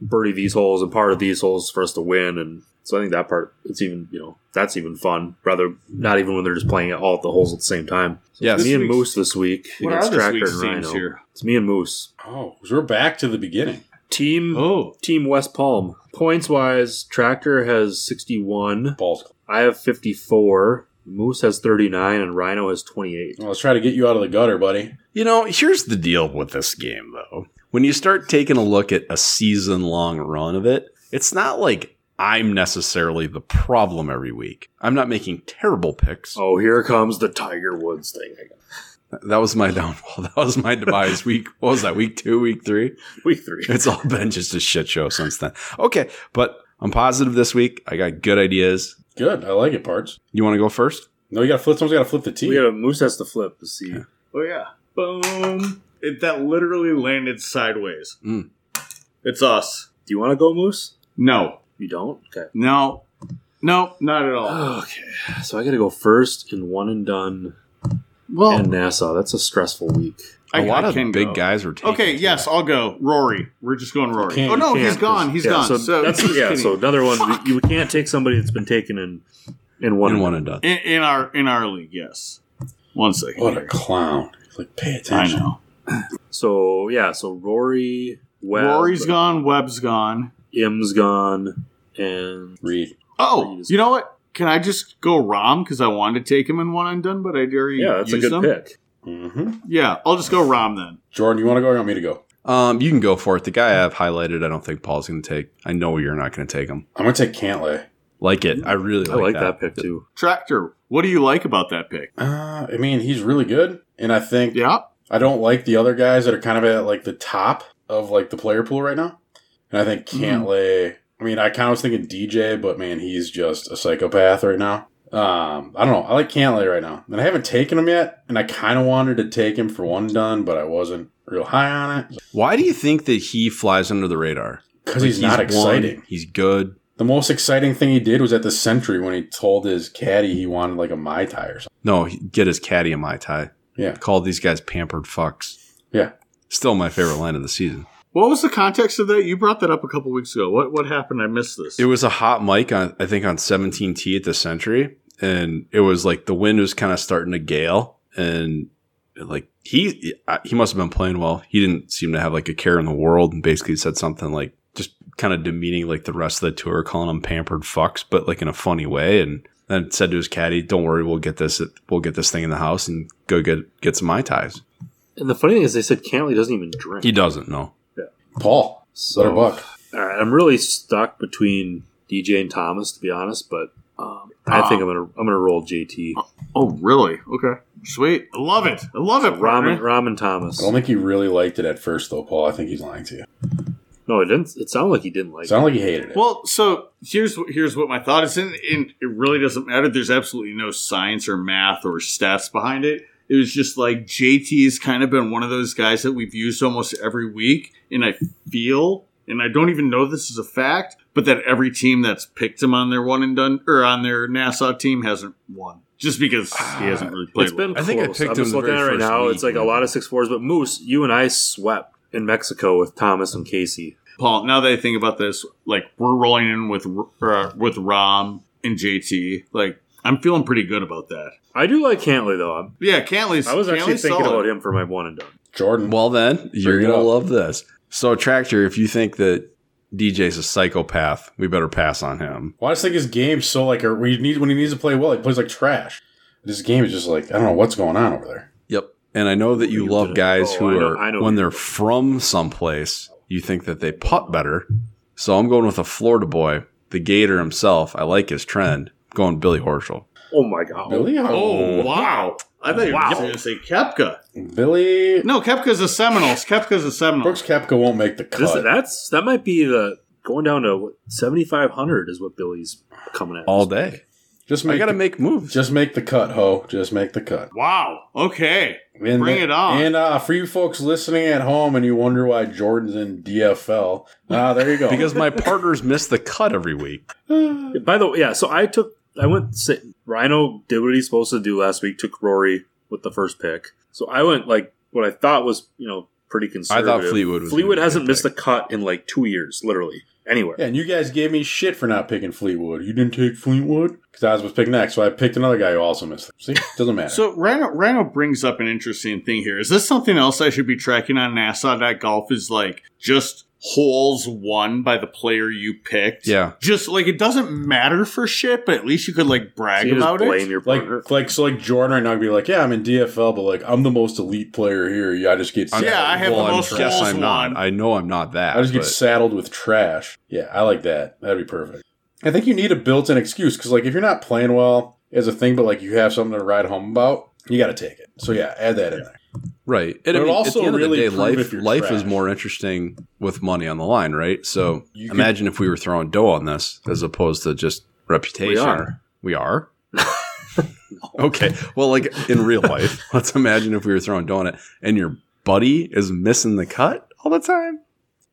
Speaker 5: birdie these holes and part of these holes for us to win. And so I think that part it's even you know that's even fun. Rather not even when they're just playing all the holes at the same time. So
Speaker 4: Yes.
Speaker 5: it's me and
Speaker 3: This week's-
Speaker 5: Moose this week
Speaker 3: What
Speaker 5: against
Speaker 3: are this
Speaker 5: Tractor
Speaker 3: week's
Speaker 5: and
Speaker 3: teams
Speaker 5: Rhino.
Speaker 3: here?
Speaker 5: It's me and Moose.
Speaker 2: Oh, so we're back to the beginning.
Speaker 5: Team
Speaker 3: Oh,
Speaker 5: Team West Palm. Points wise, Tractor has 61.
Speaker 2: Balls.
Speaker 5: I have 54. Moose has 39. And Rhino has 28.
Speaker 2: Well, let's try to get you out of the gutter, buddy.
Speaker 4: You know, here's the deal with this game, though. When you start taking a look at a season long run of it, it's not like I'm necessarily the problem every week. I'm not making terrible picks.
Speaker 5: Oh, here comes the Tiger Woods thing. again.
Speaker 4: That was my downfall. That was my demise. Week, what was that? Week two, week three?
Speaker 5: Week three.
Speaker 4: It's all been just a shit show since then. Okay, but I'm positive this week. I got good ideas.
Speaker 2: Good. I like it, parts.
Speaker 4: You want to go first?
Speaker 2: No, you got to flip. Someone's got to flip the tee.
Speaker 5: We got Moose has to flip to see.
Speaker 3: Oh yeah. Boom. It that literally landed sideways.
Speaker 5: Hmm.
Speaker 4: Mm.
Speaker 3: It's us.
Speaker 5: Do you want to go, Moose?
Speaker 3: No.
Speaker 5: You don't? Okay.
Speaker 3: No. No, not at all.
Speaker 5: Okay. So I got to go first in one and done
Speaker 3: Well,
Speaker 5: and NASA. That's a stressful week.
Speaker 4: A
Speaker 3: I-
Speaker 4: lot
Speaker 3: I
Speaker 4: of
Speaker 3: can
Speaker 4: big
Speaker 3: go.
Speaker 4: guys were taking.
Speaker 3: Okay,
Speaker 4: it.
Speaker 3: yes, I'll go. Rory. We're just going Rory.
Speaker 2: can't-
Speaker 3: oh no,
Speaker 5: Yeah,
Speaker 3: he's gone. He's
Speaker 5: yeah,
Speaker 3: gone.
Speaker 5: So,
Speaker 3: So,
Speaker 5: that's
Speaker 3: just
Speaker 5: yeah.
Speaker 3: kidding.
Speaker 5: So another one. You you can't take somebody that's been taken in in one.
Speaker 4: and
Speaker 5: and
Speaker 4: one and done.
Speaker 3: in, in our in our league, yes. One second.
Speaker 2: what a
Speaker 3: here.
Speaker 2: clown. Like, pay
Speaker 3: I
Speaker 2: attention.
Speaker 3: know.
Speaker 5: So yeah. So Rory. Webb,
Speaker 3: Rory's gone, Webb's gone.
Speaker 5: Im's gone, and
Speaker 2: Read.
Speaker 3: Oh, you know what? Can I just go Rom because I wanted to take him in one undone, but I already
Speaker 5: yeah, that's a
Speaker 3: used
Speaker 5: good
Speaker 3: him?
Speaker 5: pick.
Speaker 2: hmm
Speaker 3: Yeah, I'll just go Rom then.
Speaker 2: Jordan, you want to go or you want me to go?
Speaker 4: Um, you can go for it. The guy I've highlighted, I don't think Paul's going to take. I know you're not going to take him.
Speaker 2: I'm going to take Cantley.
Speaker 4: Like it. I really
Speaker 5: I
Speaker 4: like,
Speaker 5: like
Speaker 4: that.
Speaker 5: that, pick too.
Speaker 3: Tractor, what do you like about that pick?
Speaker 2: Uh, I mean, he's really good. And I think
Speaker 3: Yeah.
Speaker 2: I don't like the other guys that are kind of at like the top of like the player pool right now. And I think Cantlay. I mean, I kind of was thinking DJ, but man, he's just a psychopath right now. Um, I don't know. I like Cantlay right now, and I haven't taken him yet. And I kind of wanted to take him for one done, but I wasn't real high on it
Speaker 4: Why do you think that he flies under the radar?
Speaker 2: because
Speaker 4: Like,
Speaker 2: he's, not
Speaker 4: one,
Speaker 2: exciting.
Speaker 4: he's good.
Speaker 2: The most exciting thing he did was at the Sentry when he told his caddy he wanted like a Mai Tai or something.
Speaker 4: No, he- get his caddy a Mai Tai.
Speaker 2: Yeah.
Speaker 4: Call these guys pampered fucks.
Speaker 2: Yeah.
Speaker 4: Still my favorite line of the season.
Speaker 3: What was the context of that? You brought that up a couple weeks ago. What what happened? I missed this.
Speaker 4: It was a hot mic on I think on 17T at the Century, and it was like the wind was kind of starting to gale, and like he I- he must have been playing well. He didn't seem to have like a care in the world, and basically said something like just kind of demeaning like the rest of the tour, calling them pampered fucks, but like in a funny way, and. Then said to his caddy, "Don't worry, we'll get this. We'll get this thing in the house and go get get some mai tais."
Speaker 5: And the funny thing is, they said Cantley doesn't even drink.
Speaker 4: He doesn't know.
Speaker 2: Paul, what a
Speaker 5: So,
Speaker 2: buck.
Speaker 5: all right, I'm really stuck between DJ and Thomas, to be honest. But um, I think I'm gonna I'm gonna roll JT.
Speaker 3: oh, really? Okay, sweet. I love it. I love it.
Speaker 5: Ramen
Speaker 3: Ramen.
Speaker 5: Ramen Thomas.
Speaker 2: I don't think he really liked it at first, though, Paul. I think he's lying to you.
Speaker 5: No, it didn't. It sounded like he didn't like.
Speaker 2: It sounded like he hated it.
Speaker 3: Well, so here's wh- here's what my thought is, and, and it really doesn't matter. There's absolutely no science or math or stats behind it. It was just like JT has kind of been one of those guys that we've used almost every week, and I feel, and I don't even know this is a fact, but that every team that's picked him on their one and done or on their Nassau team hasn't won just because he hasn't really
Speaker 5: it.
Speaker 3: played.
Speaker 5: It's been.
Speaker 4: I
Speaker 5: I
Speaker 4: think I picked
Speaker 5: am
Speaker 4: him
Speaker 5: just
Speaker 4: the
Speaker 5: looking at
Speaker 4: very
Speaker 5: it right
Speaker 4: first
Speaker 5: now.
Speaker 4: week,
Speaker 5: It's like a
Speaker 4: man.
Speaker 5: lot of six fours, but Moose, you and I swept in Mexico with Thomas and Casey.
Speaker 3: Paul, now that I think about this, like we're rolling in with uh, with Rom and JT. Like I'm feeling pretty good about that.
Speaker 5: I do like Cantley though. I'm,
Speaker 3: Yeah, Cantley's.
Speaker 5: I was actually
Speaker 3: Cantley's
Speaker 5: thinking
Speaker 3: solid.
Speaker 5: about him for my one and done.
Speaker 2: Jordan.
Speaker 4: Well, then you're
Speaker 2: Bring it
Speaker 4: gonna
Speaker 2: up.
Speaker 4: love this. So, Tractor, if you think that DJ's a psychopath, we better pass on him.
Speaker 2: Well, I just think his game's so like or when he needs when he needs to play well, he plays like trash. His game is just like I don't know what's going on over there.
Speaker 4: Yep. And I know that you
Speaker 5: You
Speaker 4: love
Speaker 5: did it.
Speaker 4: guys
Speaker 5: Oh,
Speaker 4: who
Speaker 5: I know-
Speaker 4: are
Speaker 5: I know
Speaker 4: when
Speaker 5: you
Speaker 4: they're
Speaker 5: did.
Speaker 4: from someplace, you think that they putt better. So I'm going with a Florida boy, the Gator himself. I like his trend. going Billy Horschel.
Speaker 5: Oh my god!
Speaker 2: Billy,
Speaker 3: Oh wow! I thought you were
Speaker 5: Wow.
Speaker 3: going to say Kepka.
Speaker 2: Billy
Speaker 3: No, Kepka's a Seminoles. Kepka's a
Speaker 2: Brooks
Speaker 3: Seminoles.
Speaker 2: Kepka won't make the cut.
Speaker 5: This, that's that might be the going down to seventy five hundred is what Billy's coming at.
Speaker 4: All day.
Speaker 2: just
Speaker 4: I
Speaker 2: make
Speaker 4: gotta
Speaker 2: the,
Speaker 4: make moves.
Speaker 2: just make the cut, ho. Just make the cut.
Speaker 3: Wow. Okay.
Speaker 2: And
Speaker 3: Bring it on.
Speaker 2: And uh, for you folks listening at home, and you wonder why Jordan's in DFL. Ah, there you go.
Speaker 4: because my partners miss the cut every week.
Speaker 5: By the way, yeah. So I took I went sit, Rhino did what he's supposed to do last week. Took Rory with the first pick. So I went like what I thought was you know pretty conservative.
Speaker 4: Fleetwood was
Speaker 5: Fleetwood
Speaker 4: gonna be
Speaker 5: hasn't
Speaker 4: the
Speaker 5: missed a
Speaker 4: pick.
Speaker 5: cut in like two years, literally anywhere.
Speaker 2: yeah, and you guys gave me shit for not picking Fleetwood. You didn't take Fleetwood because I was supposed to pick next, so I picked another guy who also missed. See, doesn't matter.
Speaker 3: So Rhino, Rhino brings up an interesting thing here. Is this something else I should be tracking on NASA.golf? Is like just holes won by the player you picked.
Speaker 4: Yeah.
Speaker 3: Just like it doesn't matter for shit, but at least you could like
Speaker 5: So
Speaker 3: brag
Speaker 5: you just
Speaker 3: about
Speaker 5: blame
Speaker 3: it.
Speaker 5: your partner.
Speaker 2: Like, like, so, like Jordan right now would be like, "Yeah, I'm in DFL, but like, I'm the most elite player here. Yeah, I just get, saddled.
Speaker 3: Yeah, I have
Speaker 4: Well,
Speaker 3: the
Speaker 4: I'm-
Speaker 3: most
Speaker 4: yes,
Speaker 3: holes
Speaker 4: I'm not.
Speaker 3: won.
Speaker 4: I know I'm not that.
Speaker 2: I just get
Speaker 4: but-
Speaker 2: saddled with trash. Yeah, I like that. That'd be perfect. I think you need a built-in excuse because, like, if you're not playing well as a thing, but like you have something to ride home about, you got to take it. So yeah, add that in there.
Speaker 4: Right. And
Speaker 2: But
Speaker 4: I
Speaker 2: it
Speaker 4: mean,
Speaker 2: also
Speaker 4: at the end
Speaker 2: really
Speaker 4: of
Speaker 2: prove
Speaker 4: the day, life,
Speaker 2: if you're
Speaker 4: life
Speaker 2: trash.
Speaker 4: is more interesting with money on the line, right? So
Speaker 2: You could-
Speaker 4: imagine if we were throwing dough on this as opposed to just reputation.
Speaker 5: are.
Speaker 4: We are? okay. Well, like in real life, let's imagine if we were throwing dough on it and your buddy is missing the cut all the time.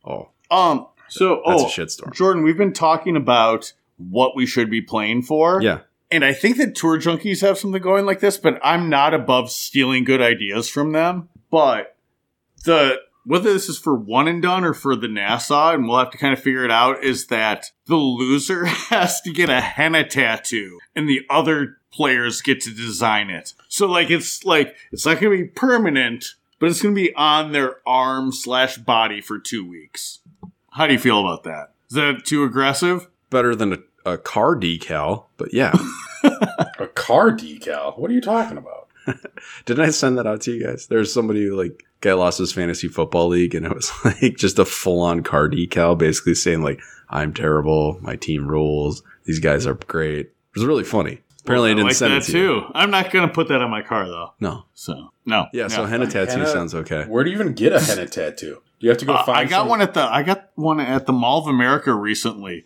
Speaker 4: Oh,
Speaker 3: Um. So
Speaker 4: that's
Speaker 3: oh,
Speaker 4: a shitstorm.
Speaker 3: Jordan, we've been talking about what we should be playing for.
Speaker 4: Yeah.
Speaker 3: And I think that tour junkies have something going like this, but I'm not above stealing good ideas from them. But the whether this is for one and done or for the NASA, and we'll have to kind of figure it out, is that the loser has to get a henna tattoo and the other players get to design it. So like it's like it's not gonna be permanent, but it's gonna be on their arm slash body for two weeks. How do you feel about that? Is that too aggressive?
Speaker 4: Better than a, a car decal, but yeah.
Speaker 2: A car decal? What are you talking about?
Speaker 4: Didn't I send that out to you guys? There's somebody who like guy lost his fantasy football league and it was like just a full on car decal basically saying like I'm terrible, my team rules, these guys are great. It was really funny. Apparently I
Speaker 3: I
Speaker 4: didn't
Speaker 3: like
Speaker 4: send
Speaker 3: that
Speaker 4: it to
Speaker 3: too.
Speaker 4: you.
Speaker 3: I'm not gonna put that on my car though.
Speaker 4: No.
Speaker 3: So no.
Speaker 4: Yeah, so
Speaker 3: no.
Speaker 4: henna tattoo
Speaker 2: Henna-
Speaker 4: sounds okay.
Speaker 2: Where do you even get a henna tattoo? Do you have to go
Speaker 3: Uh,
Speaker 2: find?
Speaker 3: I got
Speaker 2: some-
Speaker 3: one at the I got one at the Mall of America recently.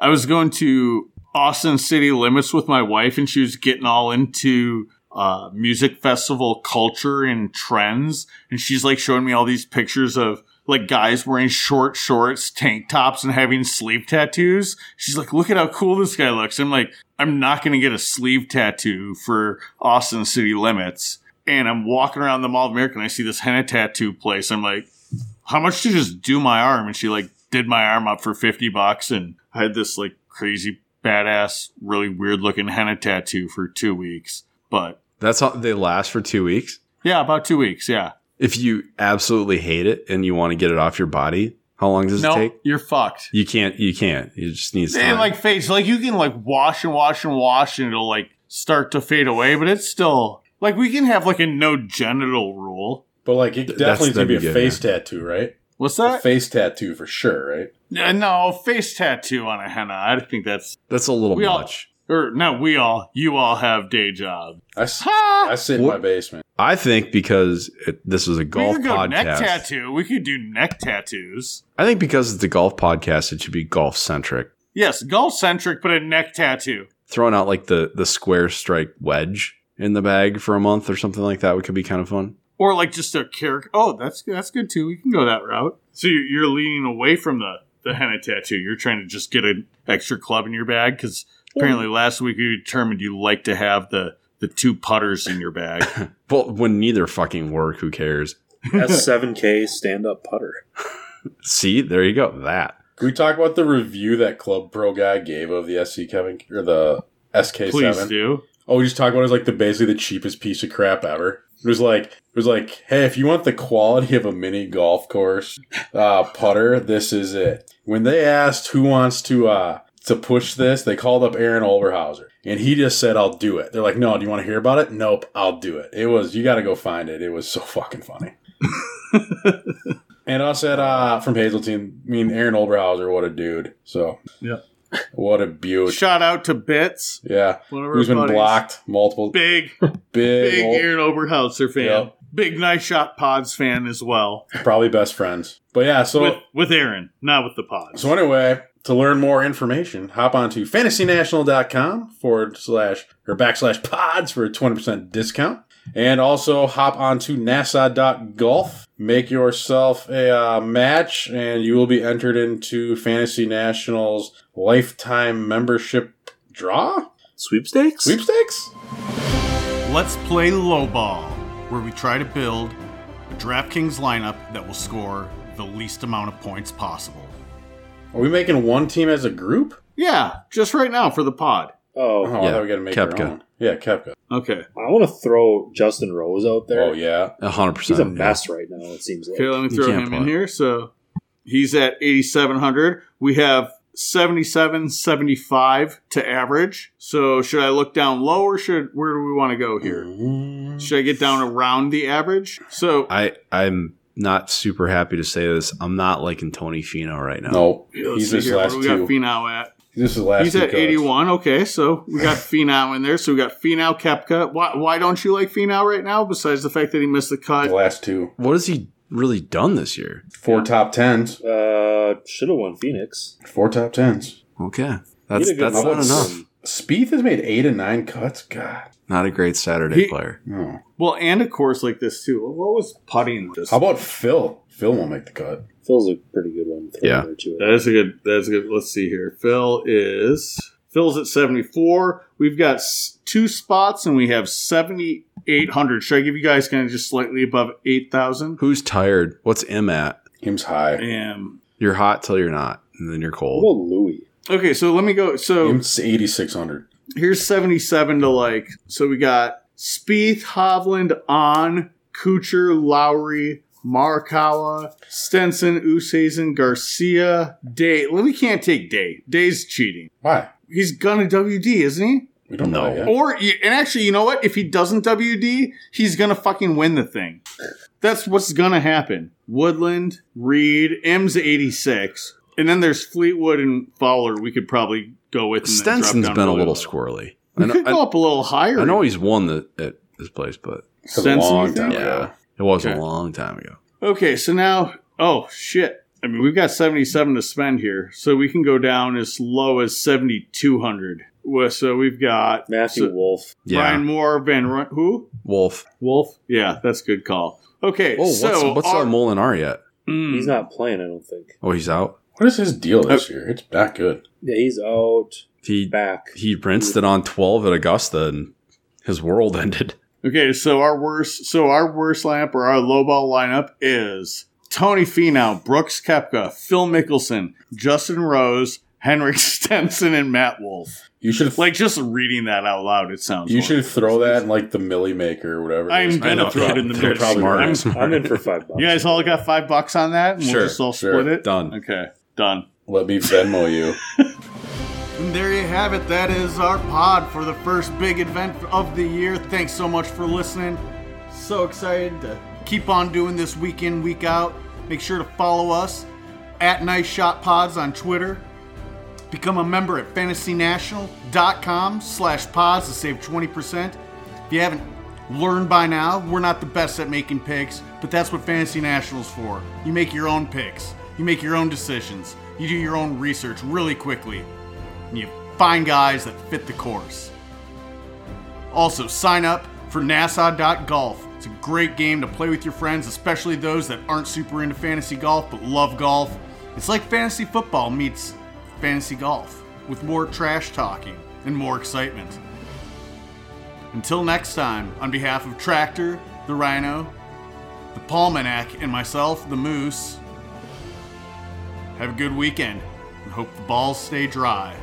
Speaker 3: I was going to Austin City Limits with my wife, and she was getting all into uh, music festival culture and trends. And she's like showing me all these pictures of like guys wearing short shorts, tank tops, and having sleeve tattoos. She's like, look at how cool this guy looks. I'm like, I'm not going to get a sleeve tattoo for Austin city limits. And I'm walking around the Mall of America and I see this henna tattoo place. I'm like, how much to just do my arm? And she like did my arm up for 50 bucks and I had this like crazy badass, really weird looking henna tattoo for two weeks. But
Speaker 4: That's how they last for two weeks.
Speaker 3: yeah, about two weeks. Yeah.
Speaker 4: If you absolutely hate it and you want to get it off your body, how long does
Speaker 3: No,
Speaker 4: it take?
Speaker 3: you're fucked.
Speaker 4: You can't. You can't. You just need
Speaker 3: And
Speaker 4: time.
Speaker 3: like fades, like you can like wash and wash and wash, and it'll like start to fade away. But it's still like we can have like a no genital rule.
Speaker 2: But like, it definitely is
Speaker 4: that'd
Speaker 2: gonna be a
Speaker 4: be good,
Speaker 2: face tattoo, right?
Speaker 3: What's
Speaker 2: A
Speaker 3: that?
Speaker 2: face tattoo for sure, right?
Speaker 3: Uh, no face tattoo on a henna. I think that's
Speaker 4: That's a little
Speaker 3: We all-
Speaker 4: much.
Speaker 3: or no. We all, you all have day jobs.
Speaker 2: I, s-
Speaker 3: Ha!
Speaker 2: I sit in
Speaker 4: What?
Speaker 2: my basement.
Speaker 4: I think because it, this is a
Speaker 3: we
Speaker 4: golf
Speaker 3: could go neck
Speaker 4: podcast.
Speaker 3: tattoo. We could do neck tattoos.
Speaker 4: I think because it's a golf podcast, it should be golf centric.
Speaker 3: Yes, golf centric, but a neck tattoo.
Speaker 4: Throwing out like the the square strike wedge in the bag for a month or something like that would could be kind of fun.
Speaker 3: Or like just a character. Oh, that's that's good too. We can go that route. So you're, you're leaning away from the the henna tattoo. You're trying to just get an extra club in your bag because apparently last week you determined you like to have the the two putters in your bag.
Speaker 4: But when neither fucking work, who cares?
Speaker 5: S7K stand up putter.
Speaker 4: See, there you go. That
Speaker 2: Can we talk about the review that Club Pro guy gave of the SC Kevin or the SK7?
Speaker 3: Please do.
Speaker 2: Oh, we just talked about it as like the basically the cheapest piece of crap ever. It was like it was like, hey, if you want the quality of a mini golf course uh, putter, this is it. When they asked who wants to uh, to push this, they called up Aaron Olberhauser, and he just said, "I'll do it." They're like, "No, do you want to hear about it?" Nope, I'll do it. It was you got to go find it. It was so fucking funny. and us at uh, from Hazeltine, I mean Aaron Olberhauser, what a dude. So
Speaker 3: Yeah.
Speaker 2: what a beaut.
Speaker 3: Shout out to Bits.
Speaker 2: Yeah,
Speaker 3: One of our
Speaker 2: who's been
Speaker 3: buddies.
Speaker 2: blocked multiple
Speaker 3: Big
Speaker 2: big,
Speaker 3: big
Speaker 2: old-
Speaker 3: Aaron Oberhauser fan.
Speaker 2: Yep.
Speaker 3: Big Nice Shot Pods fan as well.
Speaker 2: probably best friends. But yeah, so
Speaker 3: with with Aaron, not with the Pods.
Speaker 2: so anyway, to learn more information, hop on to fantasynational.com forward slash or backslash pods for a 20% discount. And also hop on to nasa.golf. Make yourself a uh, match, and you will be entered into Fantasy National's lifetime membership draw?
Speaker 5: Sweepstakes?
Speaker 2: Sweepstakes?
Speaker 1: Let's play lowball, where we try to build a DraftKings lineup that will score the least amount of points possible.
Speaker 2: Are we making one team as a group?
Speaker 3: yeah, just right now for the pod.
Speaker 2: Oh,
Speaker 5: Oh,
Speaker 2: I
Speaker 4: Yeah,
Speaker 2: thought we got to make
Speaker 4: Kepka.
Speaker 2: our own. Yeah, Kepka.
Speaker 3: Okay.
Speaker 5: I want to throw Justin Rose out there.
Speaker 2: Oh, yeah.
Speaker 4: hundred
Speaker 5: He's
Speaker 4: percent.
Speaker 5: a mess right now, it seems like.
Speaker 3: Okay, let me
Speaker 4: You
Speaker 3: throw
Speaker 4: can't
Speaker 3: him in
Speaker 4: play.
Speaker 3: here. So he's at 8,700. We have 77, 75 to average. So should I look down low or should where do we want to go here? Should I get down around the average? So
Speaker 4: I I'm not super happy to say this. I'm not liking Tony Fino right now.
Speaker 2: No, he's
Speaker 3: let's see
Speaker 2: just
Speaker 3: here. What
Speaker 2: last
Speaker 3: do
Speaker 2: two.
Speaker 3: we got Finau at?
Speaker 2: This is last.
Speaker 3: He's
Speaker 2: two
Speaker 3: at
Speaker 2: cards.
Speaker 3: 81. Okay, so we got Finau in there. So we got Finau, Kepka. Why, why don't you like Finau right now? Besides the fact that he missed the
Speaker 2: The
Speaker 3: cut,
Speaker 2: last two.
Speaker 4: What has he really done this year?
Speaker 2: Four top tens.
Speaker 5: Uh, should have won Phoenix.
Speaker 2: Four top tens.
Speaker 4: Okay,
Speaker 5: He
Speaker 4: that's
Speaker 5: had a good
Speaker 4: that's not
Speaker 5: run.
Speaker 4: enough.
Speaker 2: Spieth has made eight and nine cuts. God.
Speaker 4: Not a great Saturday
Speaker 3: He-
Speaker 4: player.
Speaker 2: No.
Speaker 3: well, and a course like this too. What was putting this?
Speaker 2: How about Phil? Phil won't make the cut.
Speaker 5: Phil's a pretty good one. to throw
Speaker 4: Yeah.
Speaker 5: in there, too.
Speaker 3: That is a good. That's a good. Let's see here. Phil is Phil's at seventy four. We've got s- two spots, and we have seventy eight hundred. Should I give you guys kind of just slightly above eight thousand?
Speaker 4: Who's tired? What's M at?
Speaker 2: Him's high.
Speaker 3: Um.
Speaker 4: You're hot till you're not, and then you're
Speaker 5: What
Speaker 4: cold.
Speaker 5: about Louis?
Speaker 3: Okay, so let me go. So
Speaker 2: Him's eighty six hundred.
Speaker 3: here's seventy seven to like. So we got Spieth, Hovland, on Kucher, Lowry. Markawa, Stenson, Usazen, Garcia, Day. Let me can't take Day. Day's cheating.
Speaker 2: Why?
Speaker 3: He's gonna WD, isn't he?
Speaker 2: We don't
Speaker 4: No.
Speaker 2: know yet.
Speaker 3: Or and actually, you know what? If he doesn't WD, he's gonna fucking win the thing. That's what's gonna happen. Woodland, Reed, M's eighty six, and then there's Fleetwood and Fowler. We could probably go with. and then drop
Speaker 4: Stenson's
Speaker 3: down
Speaker 4: been a
Speaker 3: really
Speaker 4: little
Speaker 3: low.
Speaker 4: squirrely.
Speaker 3: We
Speaker 4: I know,
Speaker 3: could go
Speaker 4: I,
Speaker 3: up a little higher.
Speaker 4: I know he's won the, at this place, but
Speaker 2: It's a
Speaker 3: Stenson,
Speaker 2: long
Speaker 3: you think?
Speaker 2: time ago.
Speaker 4: yeah, it was
Speaker 3: Oh, Okay.
Speaker 4: a long time ago.
Speaker 3: Okay, so now, oh shit. I mean, we've got 77 to spend here, so we can go down as low as 7,200. Well, So we've got
Speaker 5: Matthew
Speaker 3: so,
Speaker 5: Wolf.
Speaker 4: Yeah,
Speaker 3: Ryan Moore, Van Ru- who?
Speaker 4: Wolf.
Speaker 3: Wolf? Yeah, that's a good call. Okay,
Speaker 4: Oh, what's
Speaker 3: so
Speaker 4: what's
Speaker 3: our-
Speaker 4: our Molinar yet?
Speaker 6: Mm.
Speaker 3: Hmm.
Speaker 5: He's not playing, I don't think.
Speaker 4: Oh, he's out.
Speaker 2: What is his deal this
Speaker 4: Uh,
Speaker 2: year? It's not good.
Speaker 5: Yeah, he's out
Speaker 4: He
Speaker 5: back.
Speaker 4: he rinsed it on twelve at Augusta, and his world ended.
Speaker 6: Okay, so our worst, so our worst lineup or our lowball lineup is Tony Finau, Brooks Kepka, Phil Mickelson, Justin Rose, Henrik Stenson, and Matt Wolf.
Speaker 2: You should
Speaker 6: Like just reading that out loud, it sounds.
Speaker 2: you
Speaker 6: horrible.
Speaker 2: should throw that in like the Millie Maker or whatever.
Speaker 6: I'm
Speaker 2: It's
Speaker 6: gonna
Speaker 2: kind of
Speaker 6: throw it in the
Speaker 2: they're
Speaker 6: Millie
Speaker 2: probably
Speaker 6: Maker.
Speaker 2: right.
Speaker 6: I'm-
Speaker 5: I'm in for five bucks.
Speaker 6: You guys all got five bucks on that, and
Speaker 4: Sure,
Speaker 6: we'll just all
Speaker 2: sure.
Speaker 6: split it.
Speaker 4: Done.
Speaker 6: Okay, done.
Speaker 2: Let me Venmo you.
Speaker 3: And there you have it. That is our pod for the first big event of the year. Thanks so much for listening. So excited to keep on doing this week in, week out. Make sure to follow us at Nice Shot Pods on Twitter. Become a member at fantasynational.com slash pods to save 20%. If you haven't learned by now, we're not the best at making picks, but that's what Fantasy National's for. You make your own picks, you make your own decisions, you do your own research really quickly and you find guys that fit the course. Also, sign up for NASA.golf. It's a great game to play with your friends, especially those that aren't super into fantasy golf but love golf. It's like fantasy football meets fantasy golf with more trash talking and more excitement. Until next time, on behalf of Tractor, the Rhino, the Palmanac, and myself, the Moose, have a good weekend and hope the balls stay dry.